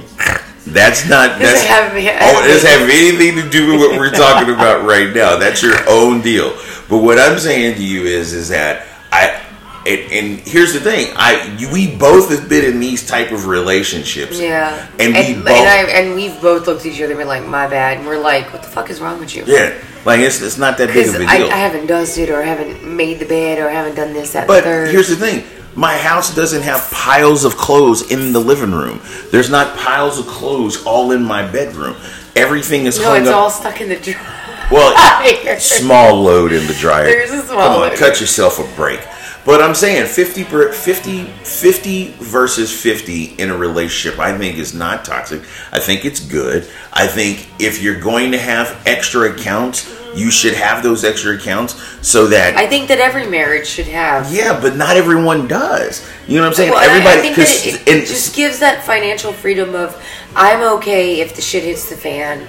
Speaker 2: That's not that's
Speaker 1: have- I
Speaker 2: oh,
Speaker 1: have-
Speaker 2: it doesn't have anything to do with what we're talking about right now. That's your own deal. But what I'm saying to you is is that I and, and here's the thing I you, we both have been in these type of relationships.
Speaker 1: Yeah,
Speaker 2: and, we both
Speaker 1: and, I, and we've both looked at each other and been like, "My bad," and we're like, "What the fuck is wrong with you?"
Speaker 2: yeah like it's it's not that big
Speaker 1: because
Speaker 2: of a
Speaker 1: I,
Speaker 2: deal.
Speaker 1: I haven't dusted or I haven't made the bed or I haven't done this that. and the
Speaker 2: But
Speaker 1: third.
Speaker 2: here's the thing. My house doesn't have piles of clothes in the living room. There's not piles of clothes all in my bedroom. Everything is
Speaker 1: No,
Speaker 2: hung
Speaker 1: it's
Speaker 2: up.
Speaker 1: all stuck in the dryer.
Speaker 2: well, small load in the dryer.
Speaker 1: There's a small
Speaker 2: Come on,
Speaker 1: load.
Speaker 2: cut yourself a break. But I'm saying 50, per- 50, 50 versus 50 in a relationship, I think is not toxic. I think it's good. I think if you're going to have extra accounts, you should have those extra accounts so that.
Speaker 1: I think that every marriage should have.
Speaker 2: yeah, but not everyone does. You know what I'm saying?
Speaker 1: Well, and I-
Speaker 2: Everybody,
Speaker 1: I think that
Speaker 2: 'cause
Speaker 1: it,
Speaker 2: in-
Speaker 1: it just gives that financial freedom of I'm okay if the shit hits the fan.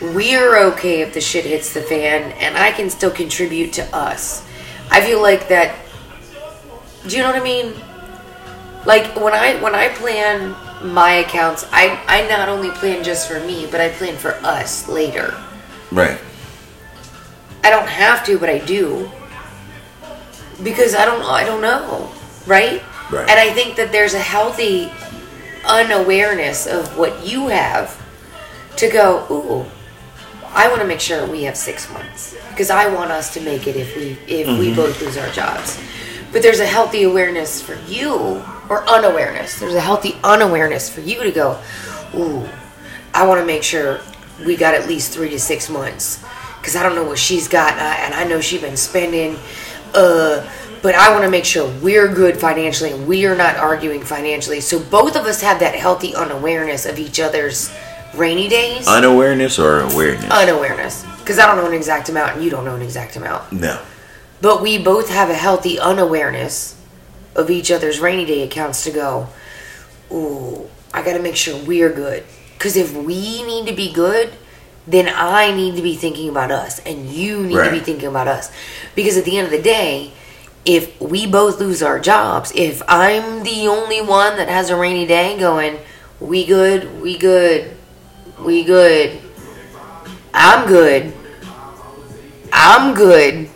Speaker 1: We're okay if the shit hits the fan, and I can still contribute to us. I feel like that. Do you know what I mean? Like when I when I plan my accounts, I I not only plan just for me, but I plan for us later.
Speaker 2: right.
Speaker 1: I don't have to, but I do. Because I don't I don't know, right?
Speaker 2: Right.
Speaker 1: And I think that there's a healthy unawareness of what you have to go, ooh, I want to make sure we have 6 months because I want us to make it if we if we both lose our jobs. But there's a healthy awareness for you or unawareness. There's a healthy unawareness for you to go, ooh, I want to make sure we got at least three to six months because I don't know what she's got and I, and I know she's been spending. Uh, but I want to make sure we're good financially and we are not arguing financially. So both of us have that healthy unawareness of each other's rainy days,
Speaker 2: Unawareness or awareness?
Speaker 1: unawareness. Because I don't know an exact amount and you don't know an exact amount.
Speaker 2: no.
Speaker 1: But we both have a healthy unawareness of each other's rainy day accounts to go, ooh, I gotta make sure we're good. Because if we need to be good, then I need to be thinking about us and you need to be
Speaker 2: Right.
Speaker 1: thinking about us. Because at the end of the day, if we both lose our jobs, if I'm the only one that has a rainy day going, we good, we good, we good, I'm good, I'm good,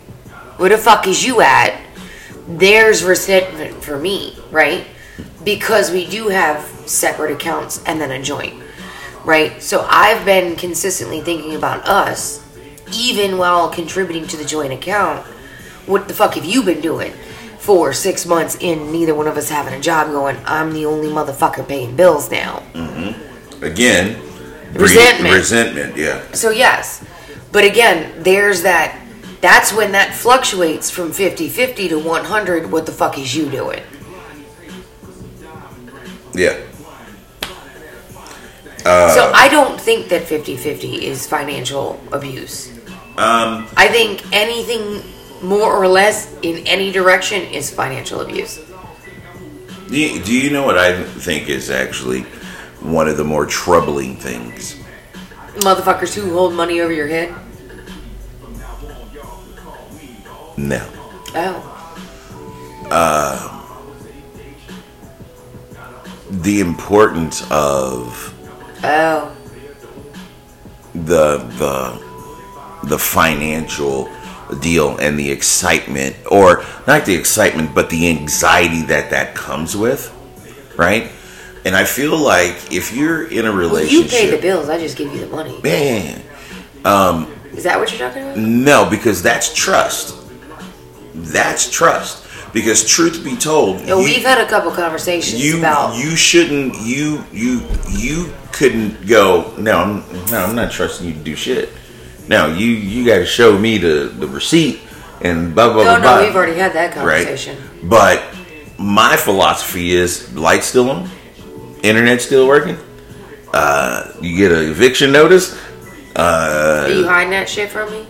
Speaker 1: where the fuck is you at? There's resentment for me, right? Because we do have separate accounts and then a joint, right? So I've been consistently thinking about us, even while contributing to the joint account. What the fuck have you been doing for six months in neither one of us having a job going, I'm the only motherfucker paying bills now?
Speaker 2: Again, re-
Speaker 1: Resentment.
Speaker 2: Resentment, yeah.
Speaker 1: So yes. But again, there's that that's when that fluctuates from 50-50 to 100 what the fuck is you doing?
Speaker 2: Yeah. Uh,
Speaker 1: so I don't think that 50-50 is financial abuse.
Speaker 2: Um,
Speaker 1: I think anything more or less in any direction is financial abuse.
Speaker 2: do, you, do you know what I think is actually one of the more troubling things?
Speaker 1: Motherfuckers who hold money over your head.
Speaker 2: No.
Speaker 1: Oh.
Speaker 2: The importance of
Speaker 1: Oh.
Speaker 2: the the the financial deal and the excitement or not the excitement but the anxiety that that comes with, right? And I feel like if you're in a
Speaker 1: Well, you pay the
Speaker 2: relationship,
Speaker 1: bills, I just give you the money.
Speaker 2: man,
Speaker 1: Is that what you're talking about?
Speaker 2: No, because that's trust. That's trust. Because truth be told,
Speaker 1: No,
Speaker 2: you,
Speaker 1: Oh, we've had a couple conversations
Speaker 2: you
Speaker 1: about
Speaker 2: you shouldn't you you you couldn't go. No, I'm no, I'm not trusting you to do shit. No, you you got to show me the the receipt and blah blah
Speaker 1: No,
Speaker 2: blah.
Speaker 1: no,
Speaker 2: blah,
Speaker 1: we've already had that
Speaker 2: right.
Speaker 1: conversation.
Speaker 2: But my philosophy is lights still on, internet still working. Uh, you get an eviction notice.
Speaker 1: Are you hiding that shit from me?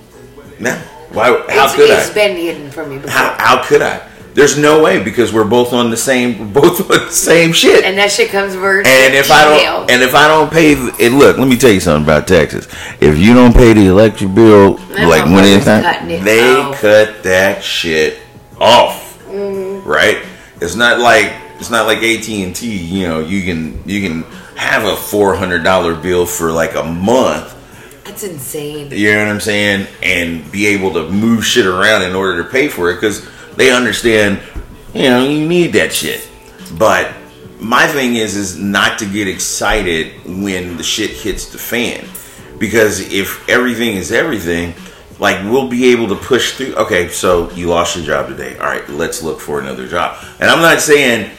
Speaker 2: No, why? Uh, How
Speaker 1: It's-
Speaker 2: could I?
Speaker 1: it's been hidden from me before.
Speaker 2: How, how could I? There's no way because we're both on the same we're both on the same shit. And,
Speaker 1: and that shit comes over
Speaker 2: if I don't and if I don't pay the, and look, let me tell you something about Texas. If you don't pay the electric bill
Speaker 1: That
Speaker 2: like when
Speaker 1: motherfucker's
Speaker 2: it's time,
Speaker 1: cutting it
Speaker 2: they
Speaker 1: off.
Speaker 2: cut that shit off.
Speaker 1: Mm-hmm.
Speaker 2: Right? It's not like it's not like AT&T, you know, you can you can have a $400 bill for like a month
Speaker 1: that's insane.
Speaker 2: you know what I'm saying? And be able to move shit around in order to pay for it because they understand, you know, you need that shit. But my thing is, is not to get excited when the shit hits the fan because if everything is everything, like we'll be able to push through. Okay, so you lost your job today. All right, let's look for another job. And I'm not saying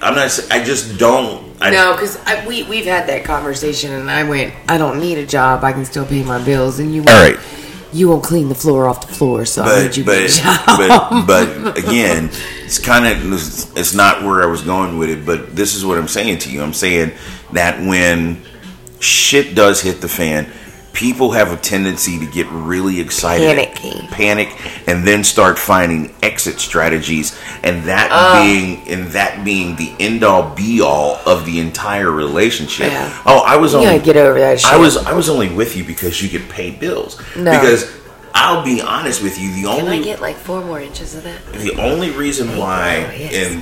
Speaker 2: I'm not. s- I just don't. I-
Speaker 1: no, because we we've had that conversation, and I went, I don't need a job. I can still pay my bills, and you went,
Speaker 2: All right.
Speaker 1: You won't clean the floor off the floor, so I need
Speaker 2: but
Speaker 1: you to get a
Speaker 2: but,
Speaker 1: job.
Speaker 2: but but again, it's kind of it's, it's not where I was going with it. But this is what I'm saying to you. I'm saying that when shit does hit the fan, people have a tendency to get really excited,
Speaker 1: Panicky.
Speaker 2: panic, and then start finding exit strategies, and that being and that being the end all be all of the entire relationship.
Speaker 1: Yeah.
Speaker 2: Oh, I was
Speaker 1: You
Speaker 2: only
Speaker 1: gotta get over that shit.
Speaker 2: I was I was only with you because you could pay bills.
Speaker 1: No.
Speaker 2: Because I'll be honest with you, the
Speaker 1: Can
Speaker 2: only
Speaker 1: I get like four more inches of that?
Speaker 2: the only reason why
Speaker 1: Oh, yes.
Speaker 2: in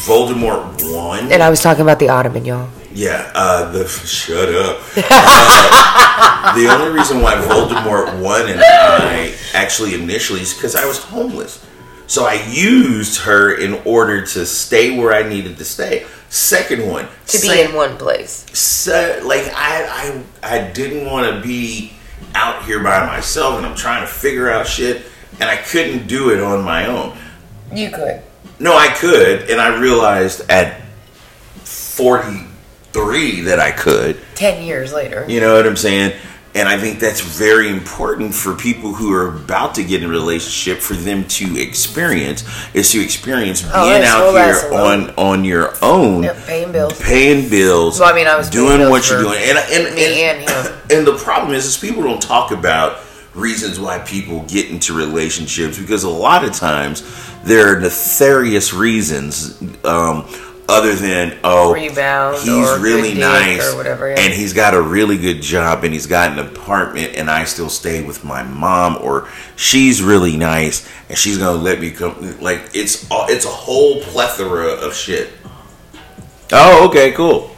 Speaker 2: Voldemort won,
Speaker 1: And I was talking about the ottoman, y'all.
Speaker 2: yeah, uh, the shut up. Uh, the only reason why Voldemort won and I actually initially is because I was homeless, so I used her in order to stay where I needed to stay. Second one,
Speaker 1: To be
Speaker 2: sec-
Speaker 1: in one place.
Speaker 2: so like I I I didn't want to be out here by myself and I'm trying to figure out shit and I couldn't do it on my own.
Speaker 1: You could.
Speaker 2: No, I could and I realized at 43 that I could.
Speaker 1: Ten years later.
Speaker 2: You know what I'm saying? And I think that's very important for people who are about to get in a relationship for them to experience is to experience being
Speaker 1: Oh, that's
Speaker 2: out
Speaker 1: whole ass
Speaker 2: here
Speaker 1: alone.
Speaker 2: on on your own,
Speaker 1: Yep, paying bills.
Speaker 2: paying bills.
Speaker 1: Well, I mean, I was paying
Speaker 2: doing
Speaker 1: bills
Speaker 2: what you're
Speaker 1: for
Speaker 2: doing, and and,
Speaker 1: me and him.
Speaker 2: and the problem is, is people don't talk about reasons why people get into relationships because a lot of times there are nefarious reasons um, other than oh
Speaker 1: Rebound
Speaker 2: he's
Speaker 1: or good
Speaker 2: really
Speaker 1: dick
Speaker 2: nice
Speaker 1: or whatever, yeah.
Speaker 2: and he's got a really good job and he's got an apartment and I still stay with my mom or she's really nice and she's gonna let me come like it's all it's a whole plethora of shit. Oh, okay, cool.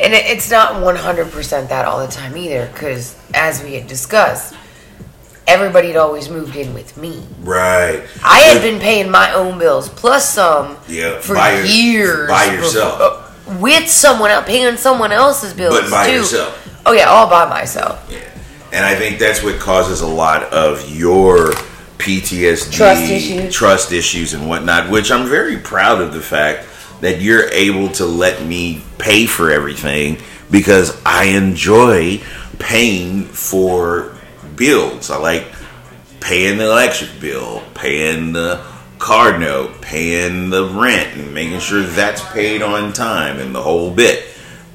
Speaker 1: And it, it's not 100% that all the time either, because as we had discussed, everybody had always moved in with me.
Speaker 2: Right.
Speaker 1: I had been paying my own bills plus some
Speaker 2: Yeah,
Speaker 1: for
Speaker 2: by your-
Speaker 1: years.
Speaker 2: by
Speaker 1: before-
Speaker 2: yourself.
Speaker 1: uh, with someone else, paying someone else's bills.
Speaker 2: But by
Speaker 1: too.
Speaker 2: yourself.
Speaker 1: Oh, yeah, all by myself.
Speaker 2: Yeah. And I think that's what causes a lot of your PTSD,
Speaker 1: Trust issues.
Speaker 2: trust issues and whatnot, which I'm very proud of the fact that you're able to let me pay for everything because I enjoy paying for bills. I like paying the electric bill, paying the car note, paying the rent, and making sure that's paid on time and the whole bit.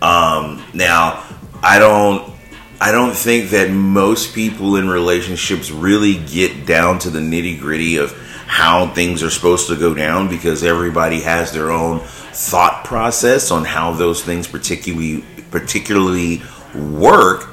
Speaker 2: Um, now, I don't. I don't think that most people in relationships really get down to the nitty gritty of how things are supposed to go down because everybody has their own thought process on how those things particularly particularly work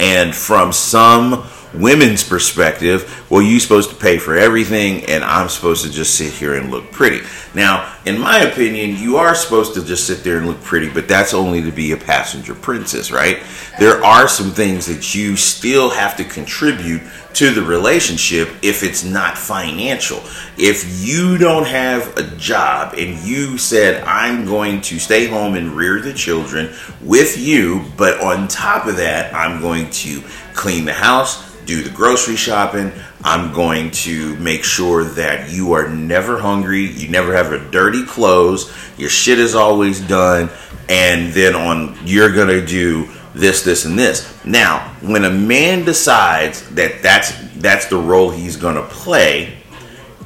Speaker 2: and from some women's perspective, well, you're supposed to pay for everything, and I'm supposed to just sit here and look pretty. Now, in my opinion, you are supposed to just sit there and look pretty, but that's only to be a passenger princess, right? There are some things that you still have to contribute to the relationship if it's not financial. If you don't have a job and you said, I'm going to stay home and rear the children with you, but on top of that, I'm going to clean the house, do the grocery shopping, I'm going to make sure that you are never hungry, you never have a dirty clothes, your shit is always done, and then on you're going to do this this and this. Now, when a man decides that that's that's the role he's going to play,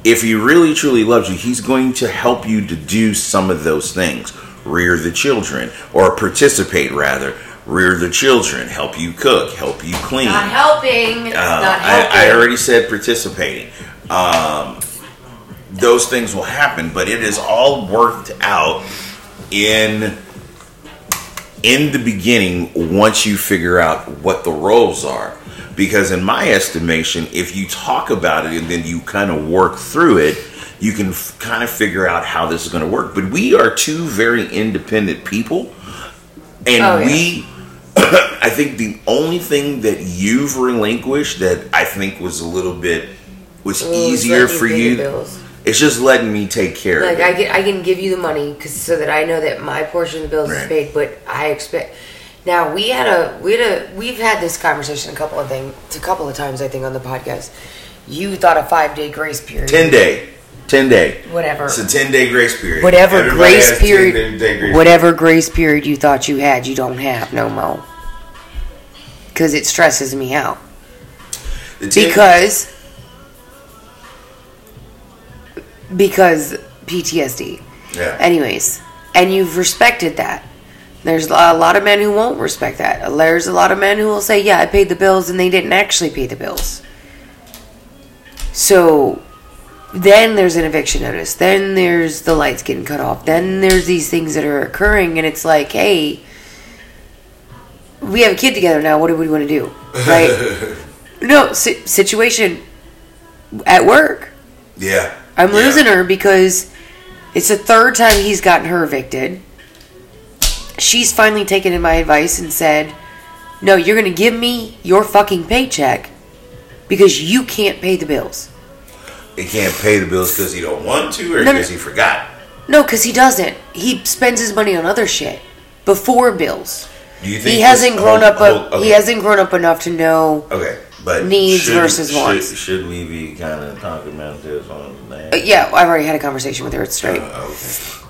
Speaker 2: if he really truly loves you, he's going to help you to do some of those things. Rear the children, or participate rather. Rear the children, help you cook, help you clean.
Speaker 1: Not helping. It's
Speaker 2: Uh,
Speaker 1: not helping.
Speaker 2: I, I already said participating. Um, those things will happen, but it is all worked out in in the beginning once you figure out what the roles are. Because in my estimation, if you talk about it and then you kind of work through it, you can f- kind of figure out how this is going to work. But we are two very independent people, and
Speaker 1: Oh, yeah.
Speaker 2: we I think the only thing that you've relinquished that I think was a little bit was
Speaker 1: Ooh, it's
Speaker 2: easier
Speaker 1: letting me
Speaker 2: for
Speaker 1: pay the
Speaker 2: you.
Speaker 1: bills.
Speaker 2: It's just letting me take care
Speaker 1: Like
Speaker 2: of it.
Speaker 1: I can, I can give you the money 'cause- so that I know that my portion of the bills is
Speaker 2: Right.
Speaker 1: paid. But I expect now we had a we had a we've had this conversation a couple of things a couple of times I think on the podcast. You thought a five day grace period.
Speaker 2: Ten day. Ten day.
Speaker 1: whatever
Speaker 2: It's a ten day grace period.
Speaker 1: whatever
Speaker 2: Everybody has
Speaker 1: grace
Speaker 2: 10
Speaker 1: period
Speaker 2: day grace
Speaker 1: whatever grace period you thought you had you don't have no more because it stresses me out
Speaker 2: period. The 10
Speaker 1: because because PTSD
Speaker 2: yeah.
Speaker 1: anyways and you've respected that there's a lot of men who won't respect that there's a lot of men who will say yeah i paid the bills and they didn't actually pay the bills so then there's an eviction notice then there's the lights getting cut off then there's these things that are occurring and it's like hey we have a kid together now what do we want to do right no si- situation at work
Speaker 2: yeah.
Speaker 1: I'm
Speaker 2: Yeah.
Speaker 1: losing her because it's the third time he's gotten her evicted. She's finally taken in my advice and said, No, you're going to give me your fucking paycheck because you can't pay the bills.
Speaker 2: He can't pay the bills because he don't want to, or
Speaker 1: No, no.
Speaker 2: because he forgot.
Speaker 1: No, because he doesn't. He spends his money on other shit before bills.
Speaker 2: Do you think
Speaker 1: He
Speaker 2: this-
Speaker 1: hasn't grown
Speaker 2: hold-
Speaker 1: up. a-
Speaker 2: hold- okay.
Speaker 1: He hasn't grown up enough to know.
Speaker 2: Okay, but
Speaker 1: Needs
Speaker 2: shouldn't-
Speaker 1: versus
Speaker 2: should-
Speaker 1: wants.
Speaker 2: Should we be kind of talking about this on the Uh,
Speaker 1: Uh, Yeah, I've already had a conversation with her. It's straight.
Speaker 2: okay.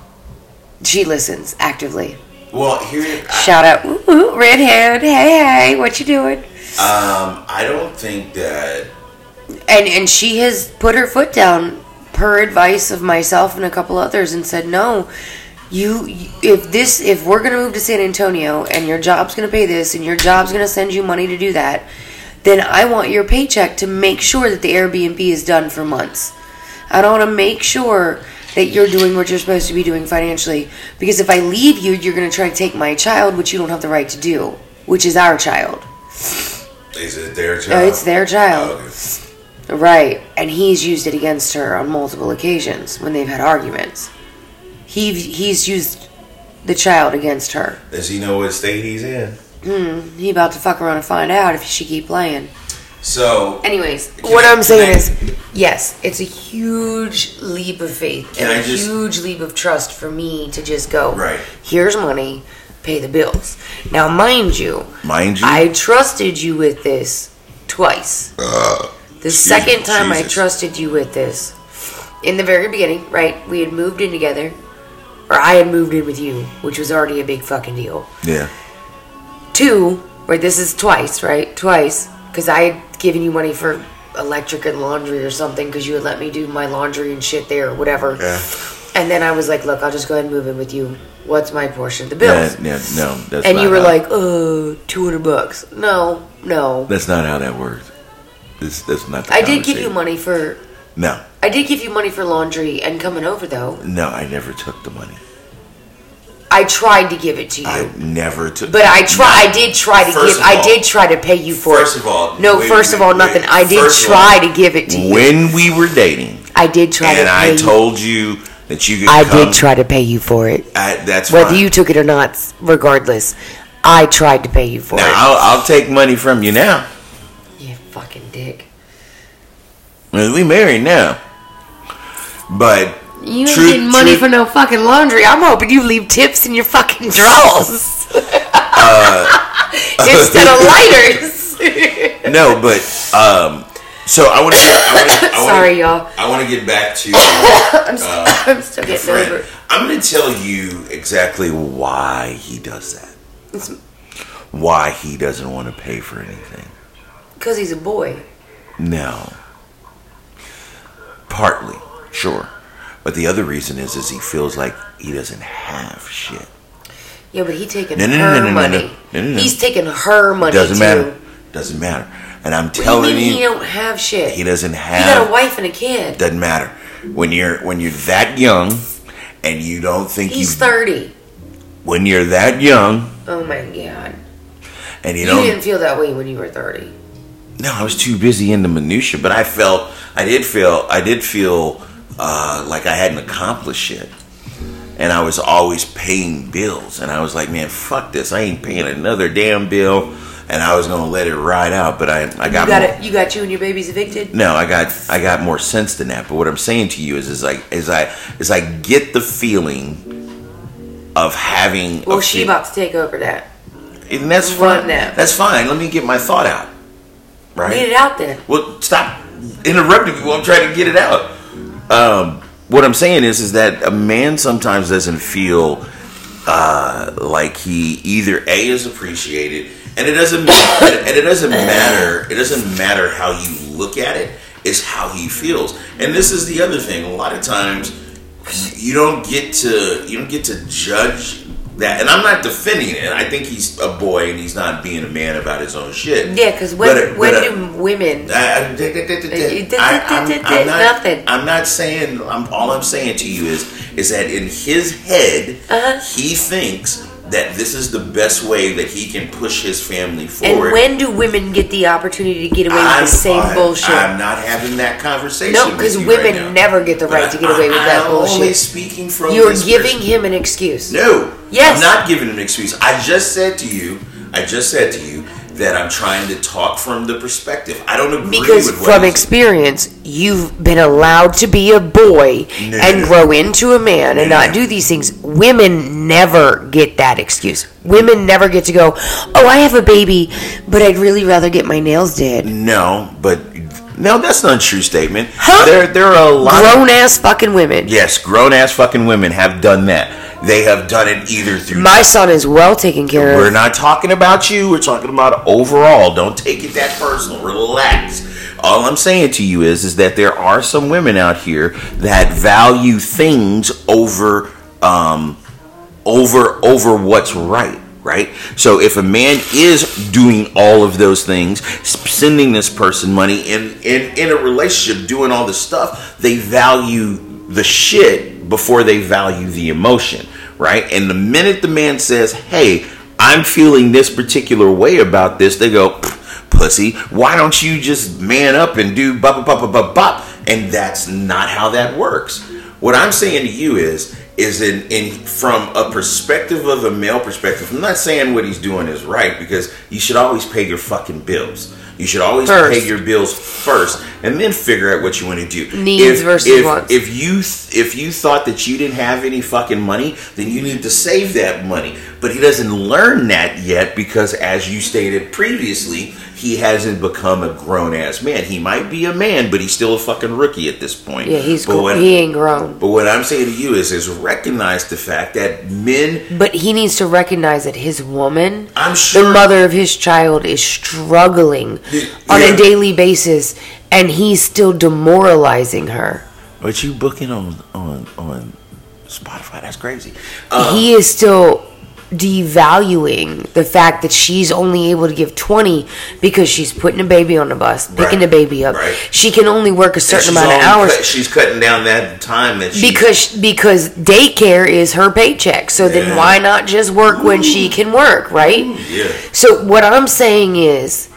Speaker 1: She listens actively.
Speaker 2: Well, here
Speaker 1: Shout out, ooh, ooh, redhead. Hey, hey, what you doing?
Speaker 2: Um, I don't think that.
Speaker 1: and and she has put her foot down per advice of myself and a couple others and said no you if this if we're going to move to San Antonio and your job's going to pay this and your job's going to send you money to do that then I want your paycheck to make sure that the Airbnb is done for months I don't want to make sure that you're doing what you're supposed to be doing financially because if I leave you you're going to try to take my child which you don't have the right to do which is our child
Speaker 2: Is it their child?
Speaker 1: No, it's their child
Speaker 2: Okay.
Speaker 1: Right, and he's used it against her on multiple occasions when they've had arguments. He he's used the child against her. Hmm,
Speaker 2: Does he know what state he's in?
Speaker 1: He about to fuck around and find out if she keep playing.
Speaker 2: So,
Speaker 1: Anyways,
Speaker 2: Can
Speaker 1: what
Speaker 2: I-
Speaker 1: I'm saying
Speaker 2: can I-
Speaker 1: is, yes, it's a huge leap of faith
Speaker 2: Can
Speaker 1: and
Speaker 2: I
Speaker 1: a
Speaker 2: just-
Speaker 1: huge leap of trust for me to just go.
Speaker 2: Right.
Speaker 1: Here's money, pay the bills. Now, mind you,
Speaker 2: mind you,
Speaker 1: I trusted you with this twice.
Speaker 2: uh,
Speaker 1: The second
Speaker 2: me,
Speaker 1: time I
Speaker 2: Jesus.
Speaker 1: trusted you with this, in the very beginning, right? We had moved in together, or I had moved in with you, which was already a big fucking deal.
Speaker 2: yeah,
Speaker 1: Two, right? This is twice, right? Twice, because I had given you money for electric and laundry or something, because you had let me do my laundry and shit there or whatever.
Speaker 2: Yeah.
Speaker 1: And then I was like, look, I'll just go ahead and move in with you. What's my portion of the bills?
Speaker 2: yeah, yeah, no, that's
Speaker 1: and
Speaker 2: not
Speaker 1: you were
Speaker 2: how,
Speaker 1: like, uh, 200 bucks. No, no.
Speaker 2: that's not how that works. This, that's not. The
Speaker 1: I did give you
Speaker 2: conversation.
Speaker 1: money for
Speaker 2: No,
Speaker 1: I did give you money for laundry and coming over though.
Speaker 2: no, I never took the money.
Speaker 1: I tried to give it to you.
Speaker 2: I never took.
Speaker 1: but I try I did try to
Speaker 2: First
Speaker 1: give
Speaker 2: of
Speaker 1: I
Speaker 2: all-
Speaker 1: did try to pay you for
Speaker 2: First
Speaker 1: it.
Speaker 2: of all,
Speaker 1: No,
Speaker 2: wait,
Speaker 1: first of
Speaker 2: wait,
Speaker 1: all
Speaker 2: wait.
Speaker 1: nothing. I did
Speaker 2: First of
Speaker 1: try
Speaker 2: all,
Speaker 1: to give it to you.
Speaker 2: When we were dating,
Speaker 1: I did try
Speaker 2: and
Speaker 1: to
Speaker 2: I
Speaker 1: pay
Speaker 2: told you that you could.
Speaker 1: you. I
Speaker 2: come,
Speaker 1: did try to pay you for it.
Speaker 2: I, that's
Speaker 1: Whether
Speaker 2: fine.
Speaker 1: you took it or not, regardless. I tried to pay you for
Speaker 2: Now I'll, I'll take money from you now.
Speaker 1: it. You fucking dick.
Speaker 2: We married now, but
Speaker 1: You
Speaker 2: ain't
Speaker 1: ain't
Speaker 2: Truth-
Speaker 1: getting money
Speaker 2: truth-
Speaker 1: for no fucking laundry. I'm hoping you leave tips in your fucking drawers.
Speaker 2: Uh,
Speaker 1: Instead of lighters.
Speaker 2: no, but um, so I want to. I wanna,
Speaker 1: Sorry, y'all.
Speaker 2: I want to get back to
Speaker 1: I'm, s I'm still
Speaker 2: the
Speaker 1: getting
Speaker 2: friend.
Speaker 1: over.
Speaker 2: I'm going to tell you exactly why he does that. Why he doesn't want to pay for anything.
Speaker 1: Because he's a boy.
Speaker 2: No. Partly, sure, but the other reason is is he feels like he doesn't have shit.
Speaker 1: Yeah, but he taking
Speaker 2: No, no, no,
Speaker 1: her
Speaker 2: no, no, no,
Speaker 1: money.
Speaker 2: no, no, no.
Speaker 1: He's taking her money
Speaker 2: Doesn't
Speaker 1: too.
Speaker 2: matter. Doesn't matter. And I'm
Speaker 1: What do
Speaker 2: telling
Speaker 1: you mean
Speaker 2: you,
Speaker 1: he don't have shit?
Speaker 2: he doesn't
Speaker 1: He
Speaker 2: have.
Speaker 1: got a wife and a kid.
Speaker 2: Doesn't matter. When you're when you're that young, and you don't think
Speaker 1: He's
Speaker 2: you
Speaker 1: thirty.
Speaker 2: when you're that young
Speaker 1: Oh my god.
Speaker 2: and you
Speaker 1: You,
Speaker 2: don't
Speaker 1: didn't feel that way when you were thirty.
Speaker 2: no i was too busy in the minutia but i felt i did feel i did feel uh, like i hadn't accomplished it and i was always paying bills and i was like man fuck this i ain't paying another damn bill and i was gonna let it ride out but i,
Speaker 1: You
Speaker 2: I got,
Speaker 1: got
Speaker 2: more,
Speaker 1: it. You got you and your babies evicted.
Speaker 2: no i got i got more sense than that but what i'm saying to you is is like is i is i get the feeling of having a
Speaker 1: Well, she
Speaker 2: feel-
Speaker 1: about to take over that.
Speaker 2: and that's
Speaker 1: Run
Speaker 2: fine
Speaker 1: that.
Speaker 2: that's fine let me get my thought out right
Speaker 1: Get it out there.
Speaker 2: Well, stop interrupting me while I'm trying to get it out. Um, what I'm saying is, is that a man sometimes doesn't feel uh, like he either a is appreciated, and it doesn't, and it doesn't matter. It doesn't matter how you look at it; it's how he feels. And this is the other thing. A lot of times, you don't get to you don't get to judge that. And I'm not defending it. I think he's a boy, and he's not being a man about his own shit.
Speaker 1: Yeah, because when,
Speaker 2: But, uh,
Speaker 1: when
Speaker 2: but, uh,
Speaker 1: do women.
Speaker 2: I- I- d- d- d- d-
Speaker 1: You
Speaker 2: d-
Speaker 1: did-
Speaker 2: I-
Speaker 1: did-
Speaker 2: I'm
Speaker 1: did-
Speaker 2: I'm
Speaker 1: did
Speaker 2: not-
Speaker 1: nothing.
Speaker 2: I'm not saying. I'm all I'm saying to you is is that in his head,
Speaker 1: Uh-huh.
Speaker 2: he thinks that this is the best way that he can push his family
Speaker 1: and
Speaker 2: forward.
Speaker 1: when do women get the opportunity to get away with the same
Speaker 2: I'm-
Speaker 1: bullshit?
Speaker 2: I'm not having that conversation.
Speaker 1: no,
Speaker 2: because
Speaker 1: because women never get the right to get away with that
Speaker 2: I'm Only
Speaker 1: bullshit.
Speaker 2: speaking from
Speaker 1: You're
Speaker 2: this
Speaker 1: giving
Speaker 2: pers-
Speaker 1: him an excuse.
Speaker 2: No.
Speaker 1: Yes.
Speaker 2: I'm not giving him an excuse. I just said to you. I just said to you that I'm trying to talk from the perspective. I don't agree
Speaker 1: Because
Speaker 2: with what
Speaker 1: from
Speaker 2: he's-
Speaker 1: experience, you've been allowed to be a boy
Speaker 2: No,
Speaker 1: and
Speaker 2: no, no.
Speaker 1: grow into a man and
Speaker 2: No, no,
Speaker 1: not
Speaker 2: no.
Speaker 1: do these things. Women never get that excuse. Women never get to go, "Oh, I have a baby, but I'd really rather get my nails did."
Speaker 2: No, but no, that's not a true statement.
Speaker 1: Huh?
Speaker 2: There, there are a lot. of,
Speaker 1: Grown ass fucking women.
Speaker 2: yes, grown ass fucking women have done that. They have done it either through.
Speaker 1: My son is well taken care
Speaker 2: we're
Speaker 1: of.
Speaker 2: not talking about you. We're talking about overall. Don't take it that personal. Relax. All I'm saying to you is, is that there are some women out here that value things over, um, over, over what's right. Right. So if a man is doing all of those things, s- sending this person money in in in a relationship, doing all this stuff, they value the shit before they value the emotion. Right. And the minute the man says, "Hey, I'm feeling this particular way about this," they go, "Pff, "Pussy, why don't you just man up and do bop bop bop bop bop?" And that's not how that works. What I'm saying to you is, is in, in from a perspective of a male perspective. I'm not saying what he's doing is right because you should always pay your fucking bills. You should always
Speaker 1: First.
Speaker 2: pay your bills first, and then figure out what you want to do.
Speaker 1: Needs versus
Speaker 2: if,
Speaker 1: wants.
Speaker 2: If you th- if you thought that you didn't have any fucking money, then you need to save that money. But he doesn't learn that yet because, as you stated previously, he hasn't become a grown ass man. He might be a man, but he's still a fucking rookie at this point.
Speaker 1: Yeah, he's
Speaker 2: But
Speaker 1: gr-
Speaker 2: what-
Speaker 1: he ain't grown.
Speaker 2: but what I'm saying to you is, is recognize the fact that men.
Speaker 1: But he needs to recognize that his woman,
Speaker 2: I'm sure.
Speaker 1: the mother of his child, is struggling
Speaker 2: Y-
Speaker 1: on
Speaker 2: yeah.
Speaker 1: a daily basis, and he's still demoralizing her.
Speaker 2: But you booking on on on Spotify? That's crazy. Uh-huh.
Speaker 1: he is still devaluing the fact that she's only able to give 20 because she's putting a baby on the bus, picking
Speaker 2: Right.
Speaker 1: the baby up.
Speaker 2: Right.
Speaker 1: She can only work a certain
Speaker 2: She's
Speaker 1: amount of
Speaker 2: only
Speaker 1: hours.
Speaker 2: cut- she's cutting down that time that she
Speaker 1: because because daycare is her paycheck so
Speaker 2: Yeah. Hmm.
Speaker 1: then why not just work when she can work right
Speaker 2: yeah.
Speaker 1: so what i'm saying is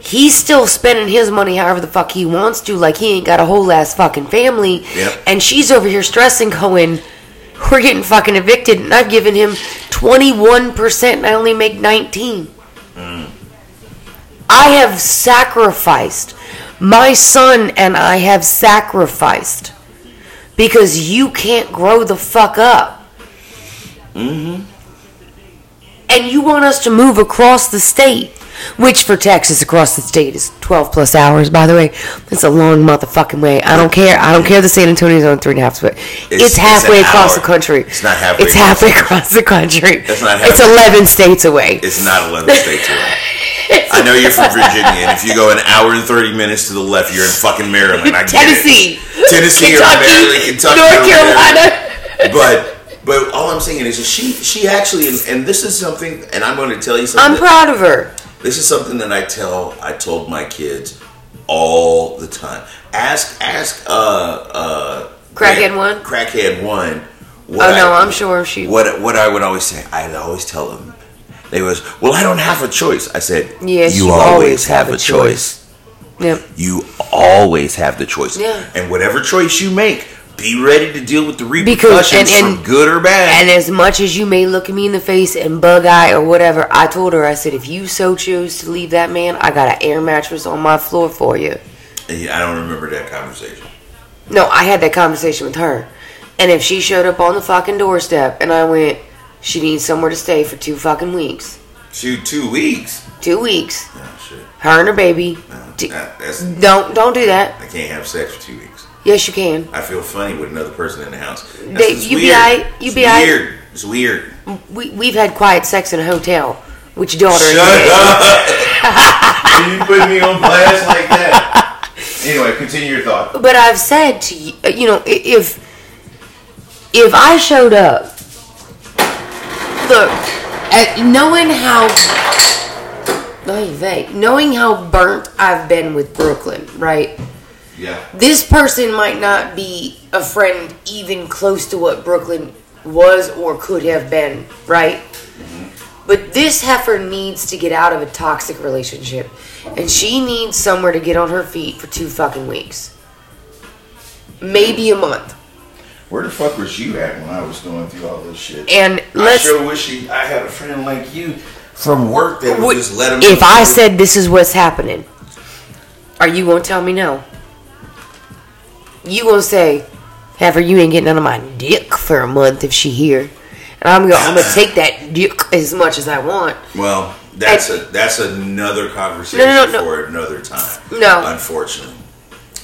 Speaker 1: he's still spending his money however the fuck he wants to like he ain't got a whole ass fucking family
Speaker 2: Yep.
Speaker 1: and she's over here stressing going we're getting fucking evicted and i've given him 21% and i only make 19 i have sacrificed my son and i have sacrificed because you can't grow the fuck up. Mm-hmm. And you want us to move across the state, which for Texas across the state is 12 plus hours, by the way. That's a long motherfucking way. I don't care. I don't care the San Antonio's on three and a half, but it's,
Speaker 2: it's an
Speaker 1: halfway across
Speaker 2: hour.
Speaker 1: the country.
Speaker 2: It's not halfway
Speaker 1: It's
Speaker 2: across
Speaker 1: halfway across the country.
Speaker 2: That's not
Speaker 1: It's
Speaker 2: halfway.
Speaker 1: 11 states away.
Speaker 2: It's not a leather state to her. I know you're from Virginia, and if you go an hour and thirty minutes to the left, you're in fucking Maryland. I get it.
Speaker 1: Tennessee.
Speaker 2: Tennessee, or Maryland, Kentucky,
Speaker 1: North
Speaker 2: or Maryland.
Speaker 1: Carolina.
Speaker 2: But but all I'm saying is, she she actually, and, and this is something, and I'm going to tell you something.
Speaker 1: I'm
Speaker 2: that-
Speaker 1: proud of her.
Speaker 2: This is something that I tell I told my kids all the time. Ask ask uh uh
Speaker 1: Crackhead
Speaker 2: yeah,
Speaker 1: one?
Speaker 2: Crackhead one. What
Speaker 1: Oh, no, I'm sure she.
Speaker 2: What what I would always say, I'd always tell them. They was, well, I don't have a choice. I said,
Speaker 1: Yes,
Speaker 2: you,
Speaker 1: you
Speaker 2: always,
Speaker 1: always
Speaker 2: have, a choice.
Speaker 1: Yep.
Speaker 2: You always have the choice.
Speaker 1: Yeah.
Speaker 2: And whatever choice you make, be ready to deal with the repercussions
Speaker 1: Because- and- and-
Speaker 2: from good or bad.
Speaker 1: And as much as you may look at me in the face and bug eye or whatever, I told her, I said, if you so choose to leave that man, I got an air mattress on my floor for you.
Speaker 2: I don't remember that conversation.
Speaker 1: No, I had that conversation with her. And if she showed up on the fucking doorstep and I went, she needs somewhere to stay for two fucking weeks.
Speaker 2: Shoot, two weeks.
Speaker 1: Two weeks.
Speaker 2: Oh, shit.
Speaker 1: Her and her baby.
Speaker 2: No,
Speaker 1: D-
Speaker 2: that- that's-
Speaker 1: Don't don't do that.
Speaker 2: I can't have sex for two weeks.
Speaker 1: Yes, you can.
Speaker 2: I feel funny with another person in the house. That's
Speaker 1: They-
Speaker 2: just
Speaker 1: you be
Speaker 2: weird.
Speaker 1: aight, you
Speaker 2: It's
Speaker 1: be aight.
Speaker 2: weird. It's weird.
Speaker 1: We, we've had quiet sex in a hotel, which daughter is
Speaker 2: Shut up! you put me on blast like that. Anyway, continue your thought.
Speaker 1: But I've said to you, you know, i- if if I showed up, look, at knowing how, oy vey, knowing how burnt I've been with Brooklyn, right?
Speaker 2: Yeah.
Speaker 1: This person might not be a friend even close to what Brooklyn was or could have been, right? But this heifer needs to get out of a toxic relationship, and she needs somewhere to get on her feet for two fucking weeks, maybe a month.
Speaker 2: Where the fuck was you at when I was going through all this shit?
Speaker 1: And
Speaker 2: I
Speaker 1: let's.
Speaker 2: sure wish you, I had a friend like you from work that would
Speaker 1: Would-
Speaker 2: just let him.
Speaker 1: If I said this is what's happening, are you gonna tell me no? You gonna say, "Heifer, you ain't getting none of my dick for a month if she here," and I'm gonna I'm gonna take that dick as much as I want.
Speaker 2: well, that's a that's another conversation
Speaker 1: No, no, no, no.
Speaker 2: for another time.
Speaker 1: No.
Speaker 2: unfortunately,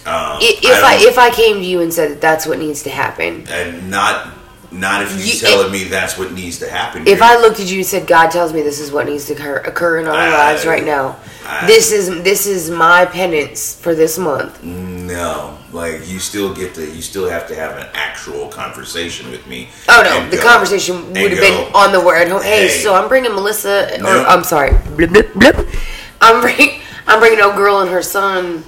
Speaker 2: um,
Speaker 1: I- If I,
Speaker 2: don't-
Speaker 1: if I came to you and said that that's what needs to happen,
Speaker 2: and not not if you
Speaker 1: You-
Speaker 2: telling me that's what needs to happen.
Speaker 1: if
Speaker 2: here.
Speaker 1: I looked at you and said, "God tells me this is what needs to occur, occur in our
Speaker 2: I-
Speaker 1: lives right now,"
Speaker 2: I-
Speaker 1: this is this is my penance for this month.
Speaker 2: no, like you still get to you still have to have an actual conversation with me.
Speaker 1: Oh no,
Speaker 2: and
Speaker 1: the
Speaker 2: go-
Speaker 1: conversation
Speaker 2: and
Speaker 1: would have
Speaker 2: go,
Speaker 1: been on the word. Hey,
Speaker 2: Hey.
Speaker 1: so I'm bringing Melissa. Or,
Speaker 2: No.
Speaker 1: I'm sorry. Blip, blip, blip. I'm bringing. I'm bringing old girl and her son.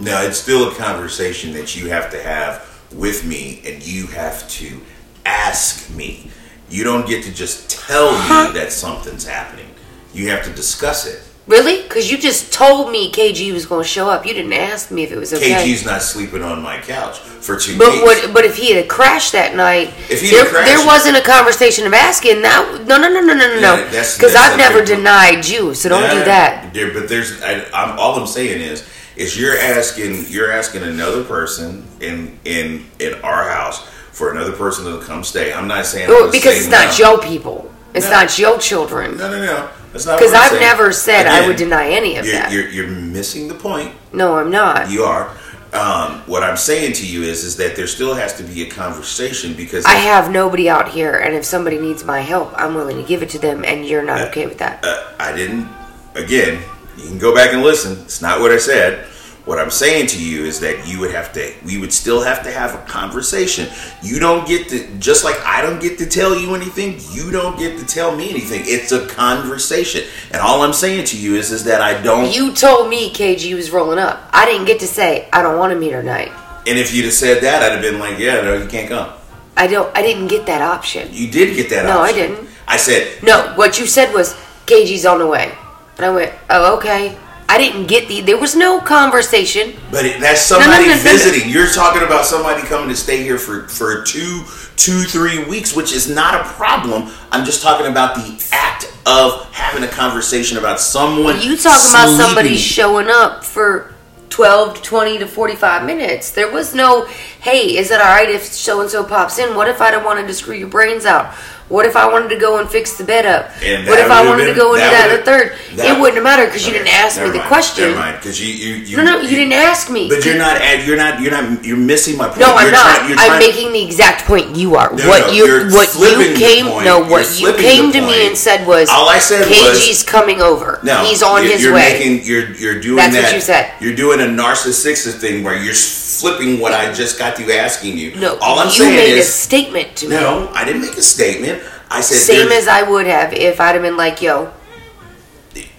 Speaker 2: No, it's still a conversation that you have to have with me, and you have to ask me. You don't get to just tell me that something's happening. You have to discuss it.
Speaker 1: Really? Because you just told me KG was going to show up. You didn't ask me if it was okay.
Speaker 2: KG's not sleeping on my couch for two
Speaker 1: but
Speaker 2: weeks.
Speaker 1: what? But if he had crashed that night,
Speaker 2: If he
Speaker 1: there,
Speaker 2: had crashed-
Speaker 1: there wasn't a conversation of asking. That no, no, no, no, no, no,
Speaker 2: Yeah,
Speaker 1: no.
Speaker 2: that's-
Speaker 1: Because
Speaker 2: that's
Speaker 1: I've
Speaker 2: a
Speaker 1: never
Speaker 2: big-
Speaker 1: denied you, so don't do that.
Speaker 2: There, but there's, I, I'm all I'm saying is, is you're asking, you're asking another person in in in our house for another person to come stay. I'm not saying I'm
Speaker 1: Well,
Speaker 2: gonna
Speaker 1: because
Speaker 2: say
Speaker 1: it's not
Speaker 2: no.
Speaker 1: your people. It's
Speaker 2: No.
Speaker 1: not your children.
Speaker 2: No, no, no. That's not
Speaker 1: Because
Speaker 2: what I'm
Speaker 1: I've
Speaker 2: saying.
Speaker 1: never said I
Speaker 2: Again,
Speaker 1: would deny any of
Speaker 2: you're,
Speaker 1: that.
Speaker 2: You're, you're missing the point.
Speaker 1: no, I'm not.
Speaker 2: You are. Um, what I'm saying to you is, is that there still has to be a conversation because
Speaker 1: I have nobody out here, and if somebody needs my help, I'm willing to give it to them, and you're not okay with that.
Speaker 2: uh, I didn't. Again, you can go back and listen. It's not what I said. What I'm saying to you is that you would have to. We would still have to have a conversation. You don't get to. Just like I don't get to tell you anything. You don't get to tell me anything. It's a conversation. And all I'm saying to you is, is that I don't.
Speaker 1: You told me KG was rolling up. I didn't get to say I don't want to meet her tonight.
Speaker 2: and if you'd have said that, I'd have been like, yeah, no, you can't come.
Speaker 1: I don't. I didn't get that option.
Speaker 2: You did get that.
Speaker 1: No, I
Speaker 2: option.
Speaker 1: didn't.
Speaker 2: I said
Speaker 1: No, what you said was KG's on the way, and I went, oh okay. I didn't get the. There was no conversation.
Speaker 2: But it, that's
Speaker 1: no,
Speaker 2: somebody
Speaker 1: no, no, no.
Speaker 2: visiting. You're talking about somebody coming to stay here for for two, two, three weeks, which is not a problem. I'm just talking about the act of having a conversation about someone.
Speaker 1: You talking about
Speaker 2: sleeping.
Speaker 1: somebody showing up for 12 to 20 to 45 minutes. There was no, hey, is it all right if so and so pops in? What if I don't wanted to screw your brains out? What if I wanted to go and fix the bed up?
Speaker 2: And
Speaker 1: What
Speaker 2: that
Speaker 1: if I
Speaker 2: would've
Speaker 1: wanted
Speaker 2: been-
Speaker 1: to go into
Speaker 2: that
Speaker 1: that,
Speaker 2: would've-
Speaker 1: or third?
Speaker 2: that-
Speaker 1: it wouldn't matter because you
Speaker 2: Okay,
Speaker 1: didn't ask me
Speaker 2: never
Speaker 1: the
Speaker 2: mind,
Speaker 1: question.
Speaker 2: Never mind, because you, you, you
Speaker 1: No, no, you didn't ask me.
Speaker 2: But you're not. at- You're not. You're not. You're missing my point.
Speaker 1: No, I'm
Speaker 2: You're
Speaker 1: not.
Speaker 2: try- you're
Speaker 1: I'm
Speaker 2: trying-
Speaker 1: making the exact point you are.
Speaker 2: No,
Speaker 1: what
Speaker 2: no,
Speaker 1: you
Speaker 2: you're
Speaker 1: what
Speaker 2: flipping
Speaker 1: you
Speaker 2: the
Speaker 1: came
Speaker 2: point.
Speaker 1: no
Speaker 2: You're
Speaker 1: what you
Speaker 2: flipping
Speaker 1: came
Speaker 2: the
Speaker 1: to me
Speaker 2: point.
Speaker 1: and said was
Speaker 2: All I said was-
Speaker 1: KG's coming over.
Speaker 2: No,
Speaker 1: He's on
Speaker 2: you're,
Speaker 1: his
Speaker 2: you're
Speaker 1: way.
Speaker 2: Making, you're you're doing
Speaker 1: That's what
Speaker 2: that.
Speaker 1: you said.
Speaker 2: You're doing a narcissistic thing where you're flipping what I just got you asking you.
Speaker 1: No,
Speaker 2: all I'm
Speaker 1: you
Speaker 2: saying
Speaker 1: made
Speaker 2: is
Speaker 1: a statement to me.
Speaker 2: No, I didn't make a statement. I said
Speaker 1: Same
Speaker 2: there-
Speaker 1: as I would have if I'd have been like, yo,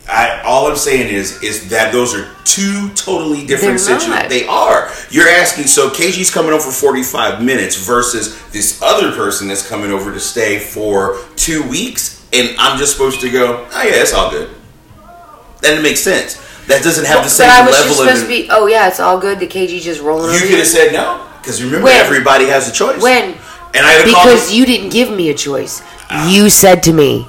Speaker 2: I, all I'm saying is is that those are two totally different
Speaker 1: They're
Speaker 2: situations.
Speaker 1: not.
Speaker 2: They are. You're asking so KG's coming over for 45 minutes versus this other person that's coming over to stay for two weeks, and I'm just supposed to go, oh yeah, it's all good. That makes sense. That doesn't have the
Speaker 1: but
Speaker 2: same
Speaker 1: I was just
Speaker 2: level
Speaker 1: supposed to
Speaker 2: of
Speaker 1: be, oh yeah, it's all good. The KG just rolling
Speaker 2: You
Speaker 1: over
Speaker 2: could
Speaker 1: you.
Speaker 2: have said no, because remember
Speaker 1: When?
Speaker 2: everybody has a choice.
Speaker 1: When?
Speaker 2: And I would call.
Speaker 1: Because you didn't give me a choice.
Speaker 2: Ah.
Speaker 1: You said to me,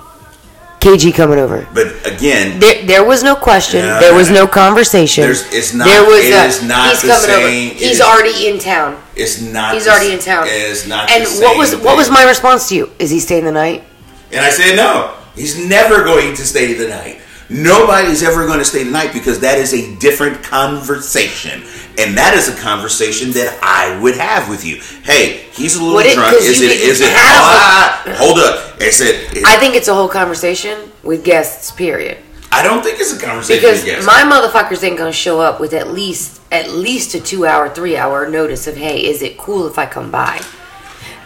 Speaker 1: KG coming over.
Speaker 2: But again,
Speaker 1: There, there was no question.
Speaker 2: Yeah.
Speaker 1: there was no conversation.
Speaker 2: There's- it's not-
Speaker 1: There was
Speaker 2: it
Speaker 1: a,
Speaker 2: is not
Speaker 1: he's
Speaker 2: the
Speaker 1: coming
Speaker 2: same-
Speaker 1: over.
Speaker 2: it
Speaker 1: He's
Speaker 2: is-
Speaker 1: already in town.
Speaker 2: it's not.
Speaker 1: He's
Speaker 2: the-
Speaker 1: already in town.
Speaker 2: It's not.
Speaker 1: And
Speaker 2: the
Speaker 1: what
Speaker 2: same
Speaker 1: was what was
Speaker 2: thing.
Speaker 1: my response to you? Is he staying the night?
Speaker 2: And I said no. He's never going to stay the night. Nobody's ever going to stay the night because that is a different conversation. And that is a conversation that I would have with you. Hey, he's a little
Speaker 1: Would it-
Speaker 2: drunk.
Speaker 1: 'cause
Speaker 2: Is
Speaker 1: you
Speaker 2: it?
Speaker 1: didn't
Speaker 2: Is it?
Speaker 1: have a-
Speaker 2: Ah, hold up. Is it?
Speaker 1: I think it's a whole conversation with guests, period.
Speaker 2: I don't think it's a conversation.
Speaker 1: Because
Speaker 2: yes.
Speaker 1: my motherfuckers ain't gonna show up with at least at least a two hour, three hour notice of hey, is it cool if I come by?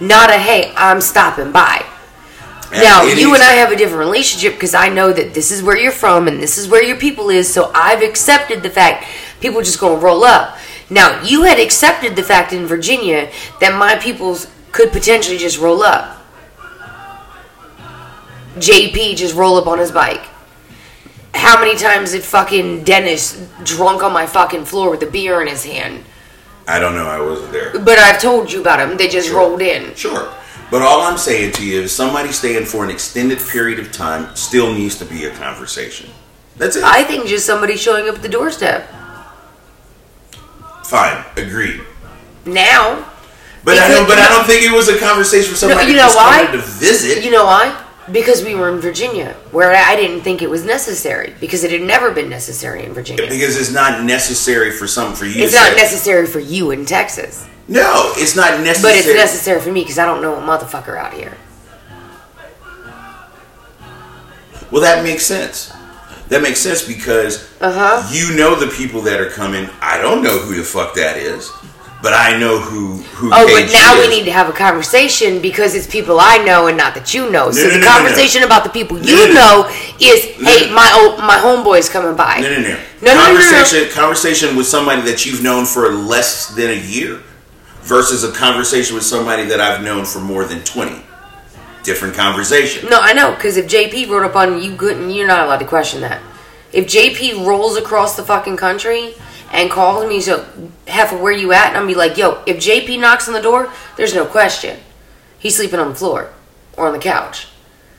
Speaker 1: Not a hey, I'm stopping by.
Speaker 2: At
Speaker 1: now
Speaker 2: any
Speaker 1: you and I have a different relationship because I know that this is where you're from and this is where your people is. So I've accepted the fact people just gonna roll up. Now you had accepted the fact in Virginia that my peoples could potentially just roll up. JP just roll up on his bike. How many times did fucking Dennis drunk on my fucking floor with a beer in his hand?
Speaker 2: I don't know. I wasn't there.
Speaker 1: But I've told you about him. They just
Speaker 2: Sure.
Speaker 1: rolled in.
Speaker 2: Sure. But all I'm saying to you is somebody staying for an extended period of time still needs to be a conversation. That's it.
Speaker 1: I think just somebody showing up at the doorstep.
Speaker 2: Fine. Agreed.
Speaker 1: Now
Speaker 2: But I
Speaker 1: Because-
Speaker 2: don't. But I don't think it was a conversation for somebody
Speaker 1: you
Speaker 2: who
Speaker 1: know
Speaker 2: just
Speaker 1: why?
Speaker 2: wanted to visit.
Speaker 1: You know why? Because we were in Virginia, where I didn't think it was necessary, because it had never been necessary in Virginia.
Speaker 2: because it's not necessary for some for you.
Speaker 1: It's
Speaker 2: to
Speaker 1: not
Speaker 2: say-
Speaker 1: necessary for you in Texas,
Speaker 2: No, it's not
Speaker 1: but
Speaker 2: necessary.
Speaker 1: it's necessary for me because I don't know a motherfucker out here.
Speaker 2: Well, that makes sense. That makes sense because
Speaker 1: Uh huh.
Speaker 2: you know the people that are coming. I don't know who the fuck that is, but I know who who.
Speaker 1: Oh,
Speaker 2: KG
Speaker 1: but now
Speaker 2: is.
Speaker 1: we need to have a conversation because it's people I know and not that you know. So
Speaker 2: no,
Speaker 1: the
Speaker 2: no, no, no.
Speaker 1: conversation about the people
Speaker 2: no,
Speaker 1: you
Speaker 2: no.
Speaker 1: know is,
Speaker 2: No,
Speaker 1: hey,
Speaker 2: no.
Speaker 1: my old, my homeboy's coming by.
Speaker 2: No, no, no.
Speaker 1: No, no, no, no.
Speaker 2: conversation, conversation with somebody that you've known for less than a year versus a conversation with somebody that I've known for more than twenty. Different conversation.
Speaker 1: No, I know because if JP rolled up on you, you couldn't. You're not allowed to question that. If JP rolls across the fucking country and calls me, so half of where you at, and I'm be like, yo, if JP knocks on the door, there's no question, he's sleeping on the floor or on the couch,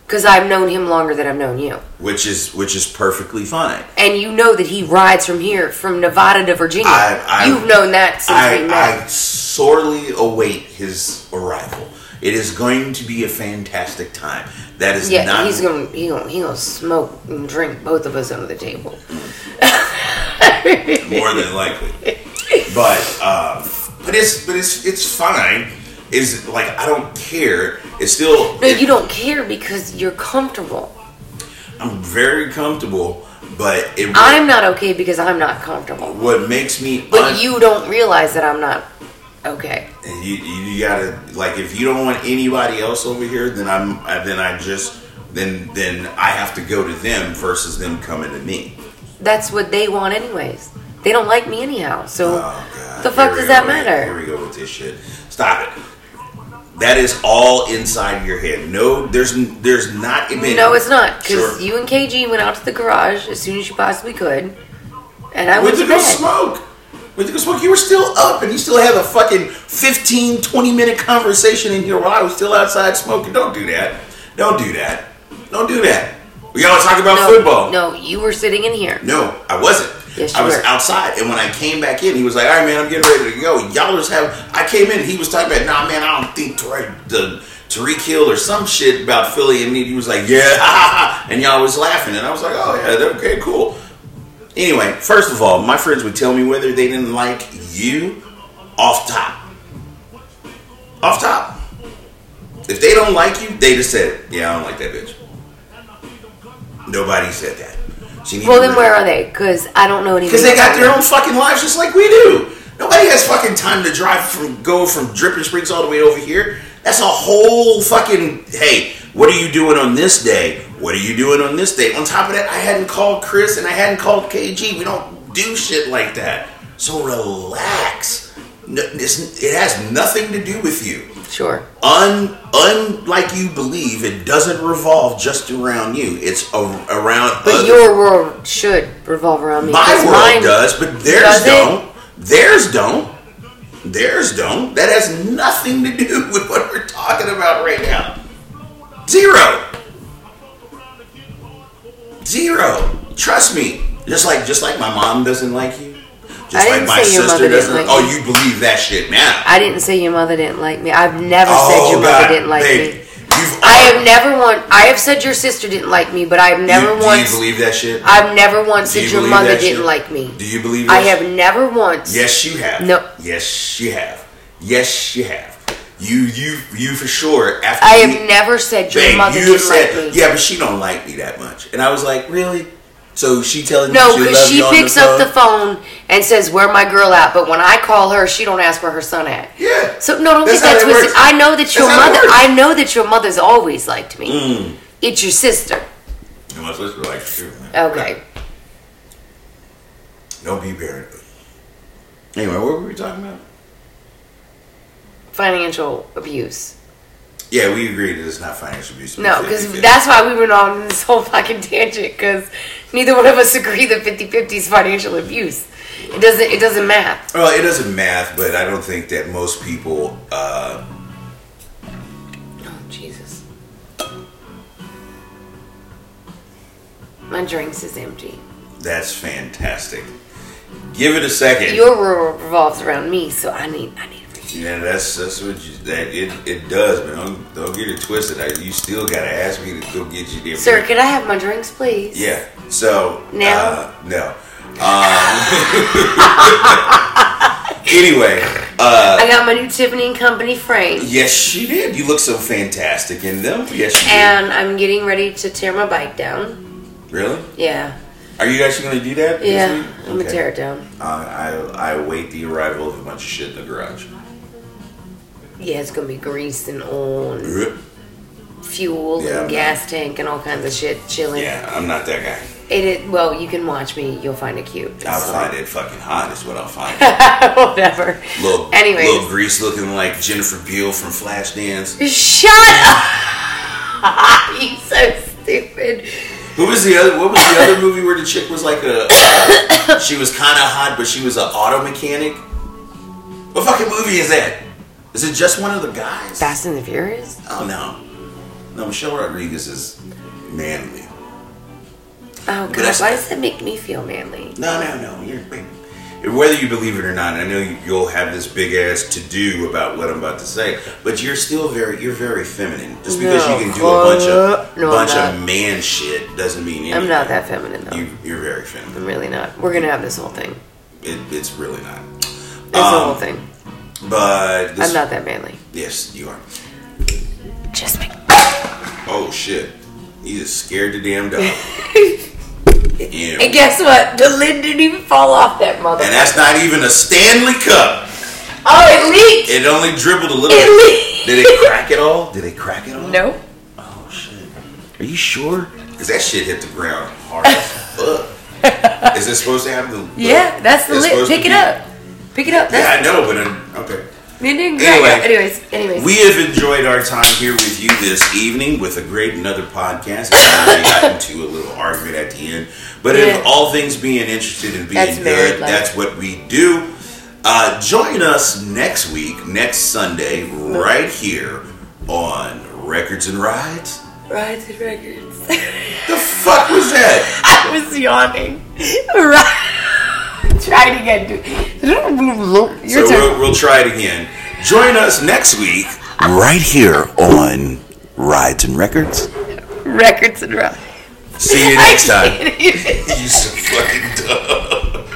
Speaker 1: because I've known him longer than I've known you,
Speaker 2: which is which is perfectly fine.
Speaker 1: and you know that he rides from here, from Nevada to Virginia.
Speaker 2: I- I-
Speaker 1: You've known that since we
Speaker 2: I,
Speaker 1: met.
Speaker 2: I sorely await his arrival. It is going to be a fantastic time. That is
Speaker 1: yeah,
Speaker 2: not
Speaker 1: he's gonna he gonna he gonna smoke and drink both of us under the table.
Speaker 2: more than likely. But um, but it's but it's it's fine. Is like I don't care. It's still
Speaker 1: No, you don't care because you're comfortable.
Speaker 2: I'm very comfortable, but it
Speaker 1: I'm not okay because I'm not comfortable.
Speaker 2: what makes me
Speaker 1: But
Speaker 2: un-
Speaker 1: you don't realize that I'm not okay.
Speaker 2: and you you gotta like if you don't want anybody else over here, then I'm I- then I just then then I have to go to them versus them coming to me.
Speaker 1: That's what they want, anyways. They don't like me anyhow. So
Speaker 2: Oh god,
Speaker 1: the fuck
Speaker 2: Here
Speaker 1: does
Speaker 2: we go
Speaker 1: that
Speaker 2: with- Here
Speaker 1: matter?
Speaker 2: we go with this shit. Stop it. That is all inside your head. No, there's n- there's not. Been,
Speaker 1: No, it's not. Because
Speaker 2: Sure.
Speaker 1: you and KG went out to the garage as soon as you possibly could, and I
Speaker 2: went
Speaker 1: went
Speaker 2: to
Speaker 1: to
Speaker 2: go
Speaker 1: bed.
Speaker 2: smoke. Went to go smoke. You were still up and you still had a fucking 15, 20 minute conversation in here while I was still outside smoking. Don't do that. Don't do that. Don't do that. We gotta talk about
Speaker 1: No,
Speaker 2: football.
Speaker 1: No, you were sitting in here.
Speaker 2: No, I wasn't.
Speaker 1: Yes,
Speaker 2: I
Speaker 1: you
Speaker 2: was
Speaker 1: were.
Speaker 2: outside, and when I came back in, he was like, "All right, man, I'm getting ready to go." Y'all was having. I came in, he was talking about, "Nah, man, I don't think Tariq, the Tariq Hill or some shit about Philly," and he was like, "Yeah," and y'all was laughing, and I was like, "Oh yeah, okay, cool." Anyway, first of all, my friends would tell me whether they didn't like you off top. Off top. If they don't like you, they just said, "Yeah, I don't like that bitch." Nobody said that. She needs
Speaker 1: Well,
Speaker 2: to
Speaker 1: then
Speaker 2: really-
Speaker 1: where are they? Because I don't know anything.
Speaker 2: because they
Speaker 1: about
Speaker 2: got their
Speaker 1: them.
Speaker 2: own fucking lives just like we do. Nobody has fucking time to drive from go from Dripping Springs all the way over here. That's a whole fucking hey, what are you doing on this day? What are you doing on this day? On top of that, I hadn't called Chris and I hadn't called KG. We don't do shit like that. So relax. No, it's, it has nothing to do with you
Speaker 1: Sure.
Speaker 2: un unlike you believe it doesn't revolve just around you it's a, around
Speaker 1: But
Speaker 2: other-
Speaker 1: your world should revolve around me.
Speaker 2: my
Speaker 1: 'cause
Speaker 2: world
Speaker 1: mine-
Speaker 2: does but theirs
Speaker 1: Does it?
Speaker 2: don't theirs don't theirs don't that has nothing to do with what we're talking about right now zero zero trust me just like just like my mom doesn't like you just
Speaker 1: I didn't
Speaker 2: like my
Speaker 1: say your
Speaker 2: sister
Speaker 1: mother didn't
Speaker 2: doesn't
Speaker 1: like
Speaker 2: oh
Speaker 1: you.
Speaker 2: you believe that shit now Oh,
Speaker 1: I didn't say your mother didn't like me. I've never said your mother didn't like me.
Speaker 2: baby. You You've,
Speaker 1: I have never want. I have said your sister didn't like me, but I've never
Speaker 2: you,
Speaker 1: once.
Speaker 2: Do you believe that shit?
Speaker 1: I've never once
Speaker 2: Do
Speaker 1: said
Speaker 2: you
Speaker 1: your
Speaker 2: believe
Speaker 1: mother
Speaker 2: that
Speaker 1: didn't
Speaker 2: shit?
Speaker 1: like me.
Speaker 2: Do you believe?
Speaker 1: I
Speaker 2: that shit?
Speaker 1: have never once.
Speaker 2: Yes, you have.
Speaker 1: No.
Speaker 2: Yes, you have. Yes, you have. You, you, you for sure. After
Speaker 1: I
Speaker 2: we-
Speaker 1: have never said your
Speaker 2: Bang,
Speaker 1: mother
Speaker 2: you have
Speaker 1: didn't
Speaker 2: said,
Speaker 1: like me.
Speaker 2: yeah, but she don't like me that much. And I was like, really? So she telling
Speaker 1: No,
Speaker 2: you she
Speaker 1: because
Speaker 2: loves
Speaker 1: she
Speaker 2: you on
Speaker 1: picks
Speaker 2: the
Speaker 1: up the
Speaker 2: phone?
Speaker 1: phone and says, "Where my girl at?" But when I call her, she don't ask where her son at.
Speaker 2: Yeah.
Speaker 1: So no, don't
Speaker 2: That's
Speaker 1: get
Speaker 2: how
Speaker 1: that
Speaker 2: that
Speaker 1: twisted.
Speaker 2: works.
Speaker 1: I know that your
Speaker 2: how it
Speaker 1: mother.
Speaker 2: works. Mm.
Speaker 1: I know that your mother's always liked me. It's your sister.
Speaker 2: And my sister like, shoot, man.
Speaker 1: Okay.
Speaker 2: Don't be paranoid. Anyway, what were we talking about?
Speaker 1: Financial abuse.
Speaker 2: Yeah, we agreed that it's not financial abuse.
Speaker 1: No,
Speaker 2: It's-
Speaker 1: because
Speaker 2: it's-
Speaker 1: that's why we went on this whole fucking tangent. Because neither one of us agree that 50-50 is financial abuse. It doesn't. It doesn't math.
Speaker 2: Well, it doesn't math, but I don't think that most people. Uh,
Speaker 1: Oh Jesus. My drinks is empty.
Speaker 2: that's fantastic. Give it a second.
Speaker 1: Your world revolves around me, so I need. I need. a reason.
Speaker 2: Yeah, that's that's what you, that it it does, man. Don't, don't get it twisted. I, you still gotta ask me to go get you the
Speaker 1: Sir, can I have my drinks, please?
Speaker 2: Yeah. So
Speaker 1: Now?
Speaker 2: uh, no. Uh, Um, anyway, uh,
Speaker 1: I got my new Tiffany and Company frame.
Speaker 2: yes, she did. You look so fantastic in them. Yes, you
Speaker 1: and I'm getting ready to tear my bike down.
Speaker 2: did. Really?
Speaker 1: Yeah,
Speaker 2: Are you actually gonna do that? this
Speaker 1: yeah,
Speaker 2: week?
Speaker 1: I'm gonna
Speaker 2: Okay.
Speaker 1: tear it down.
Speaker 2: Uh, I I await the arrival of a bunch of shit in the garage.
Speaker 1: Yeah, it's gonna be grease and oil and fuel
Speaker 2: Yeah,
Speaker 1: and
Speaker 2: I'm
Speaker 1: gas tank and all kinds of shit chilling.
Speaker 2: Yeah, I'm not that guy.
Speaker 1: It, it well, you can watch me. You'll find it cute.
Speaker 2: I'll
Speaker 1: It's
Speaker 2: find it fucking hot. Is what I'll find.
Speaker 1: like- Whatever.
Speaker 2: little,
Speaker 1: Anyways.
Speaker 2: little grease looking like Jennifer Beal from Flashdance.
Speaker 1: Shut up! you so stupid.
Speaker 2: Who was the other? What was the other movie where the chick was like a? uh, she was kind of hot, but she was an auto mechanic. What fucking movie is that? Is it just one of the guys?
Speaker 1: Fast and the Furious.
Speaker 2: oh no, no. Michelle Rodriguez is manly.
Speaker 1: Oh
Speaker 2: But
Speaker 1: god,
Speaker 2: that's-
Speaker 1: why does that make me feel manly?
Speaker 2: No, no, no. You're whether you believe it or not. I know you- you'll have this big ass to do about what I'm about to say, but you're still very you're very feminine. Just because
Speaker 1: No, uh,
Speaker 2: you can do a bunch of
Speaker 1: no, I'm
Speaker 2: bunch of
Speaker 1: not.
Speaker 2: man shit doesn't mean anything.
Speaker 1: I'm not that feminine though.
Speaker 2: You you're very feminine.
Speaker 1: I'm really not. We're gonna have this whole thing.
Speaker 2: It, it's really not.
Speaker 1: This
Speaker 2: Um,
Speaker 1: whole thing.
Speaker 2: But this,
Speaker 1: I'm not that manly.
Speaker 2: Yes, you are.
Speaker 1: Just make.
Speaker 2: Oh shit! You just scared the damn dog. yeah.
Speaker 1: And guess what? The lid didn't even fall off that mother.
Speaker 2: And that's not even a Stanley Cup.
Speaker 1: oh, it leaked.
Speaker 2: It only dribbled a little.
Speaker 1: It
Speaker 2: bit.
Speaker 1: leaked.
Speaker 2: Did it crack at all? Did it crack at all?
Speaker 1: No.
Speaker 2: Oh shit. Are you sure? Cause that shit hit the ground hard as fuck. Is it supposed to have the? the-
Speaker 1: Yeah, that's the
Speaker 2: it's
Speaker 1: lid.
Speaker 2: supposed to
Speaker 1: Pick it
Speaker 2: be-
Speaker 1: up. Pick it up.
Speaker 2: Yeah,
Speaker 1: That's
Speaker 2: I know, but i okay.
Speaker 1: it didn't crack.
Speaker 2: Anyway.
Speaker 1: anyways, anyways.
Speaker 2: We have enjoyed our time here with you this evening with a great another podcast. We got into a little argument at the end, but
Speaker 1: Yeah.
Speaker 2: if all things being interested and being
Speaker 1: That's married
Speaker 2: good,
Speaker 1: life.
Speaker 2: that's what we do. Uh, join us next week, next Sunday, right here on Records and Rides.
Speaker 1: Rides and records.
Speaker 2: The fuck was that?
Speaker 1: I was yawning. Right. Try it again. dude. Your turn.
Speaker 2: so we'll, we'll try it again. Join us next week, right here on Rides and Records.
Speaker 1: Records and rides.
Speaker 2: See you next time.
Speaker 1: I can't even-
Speaker 2: You so fucking dumb.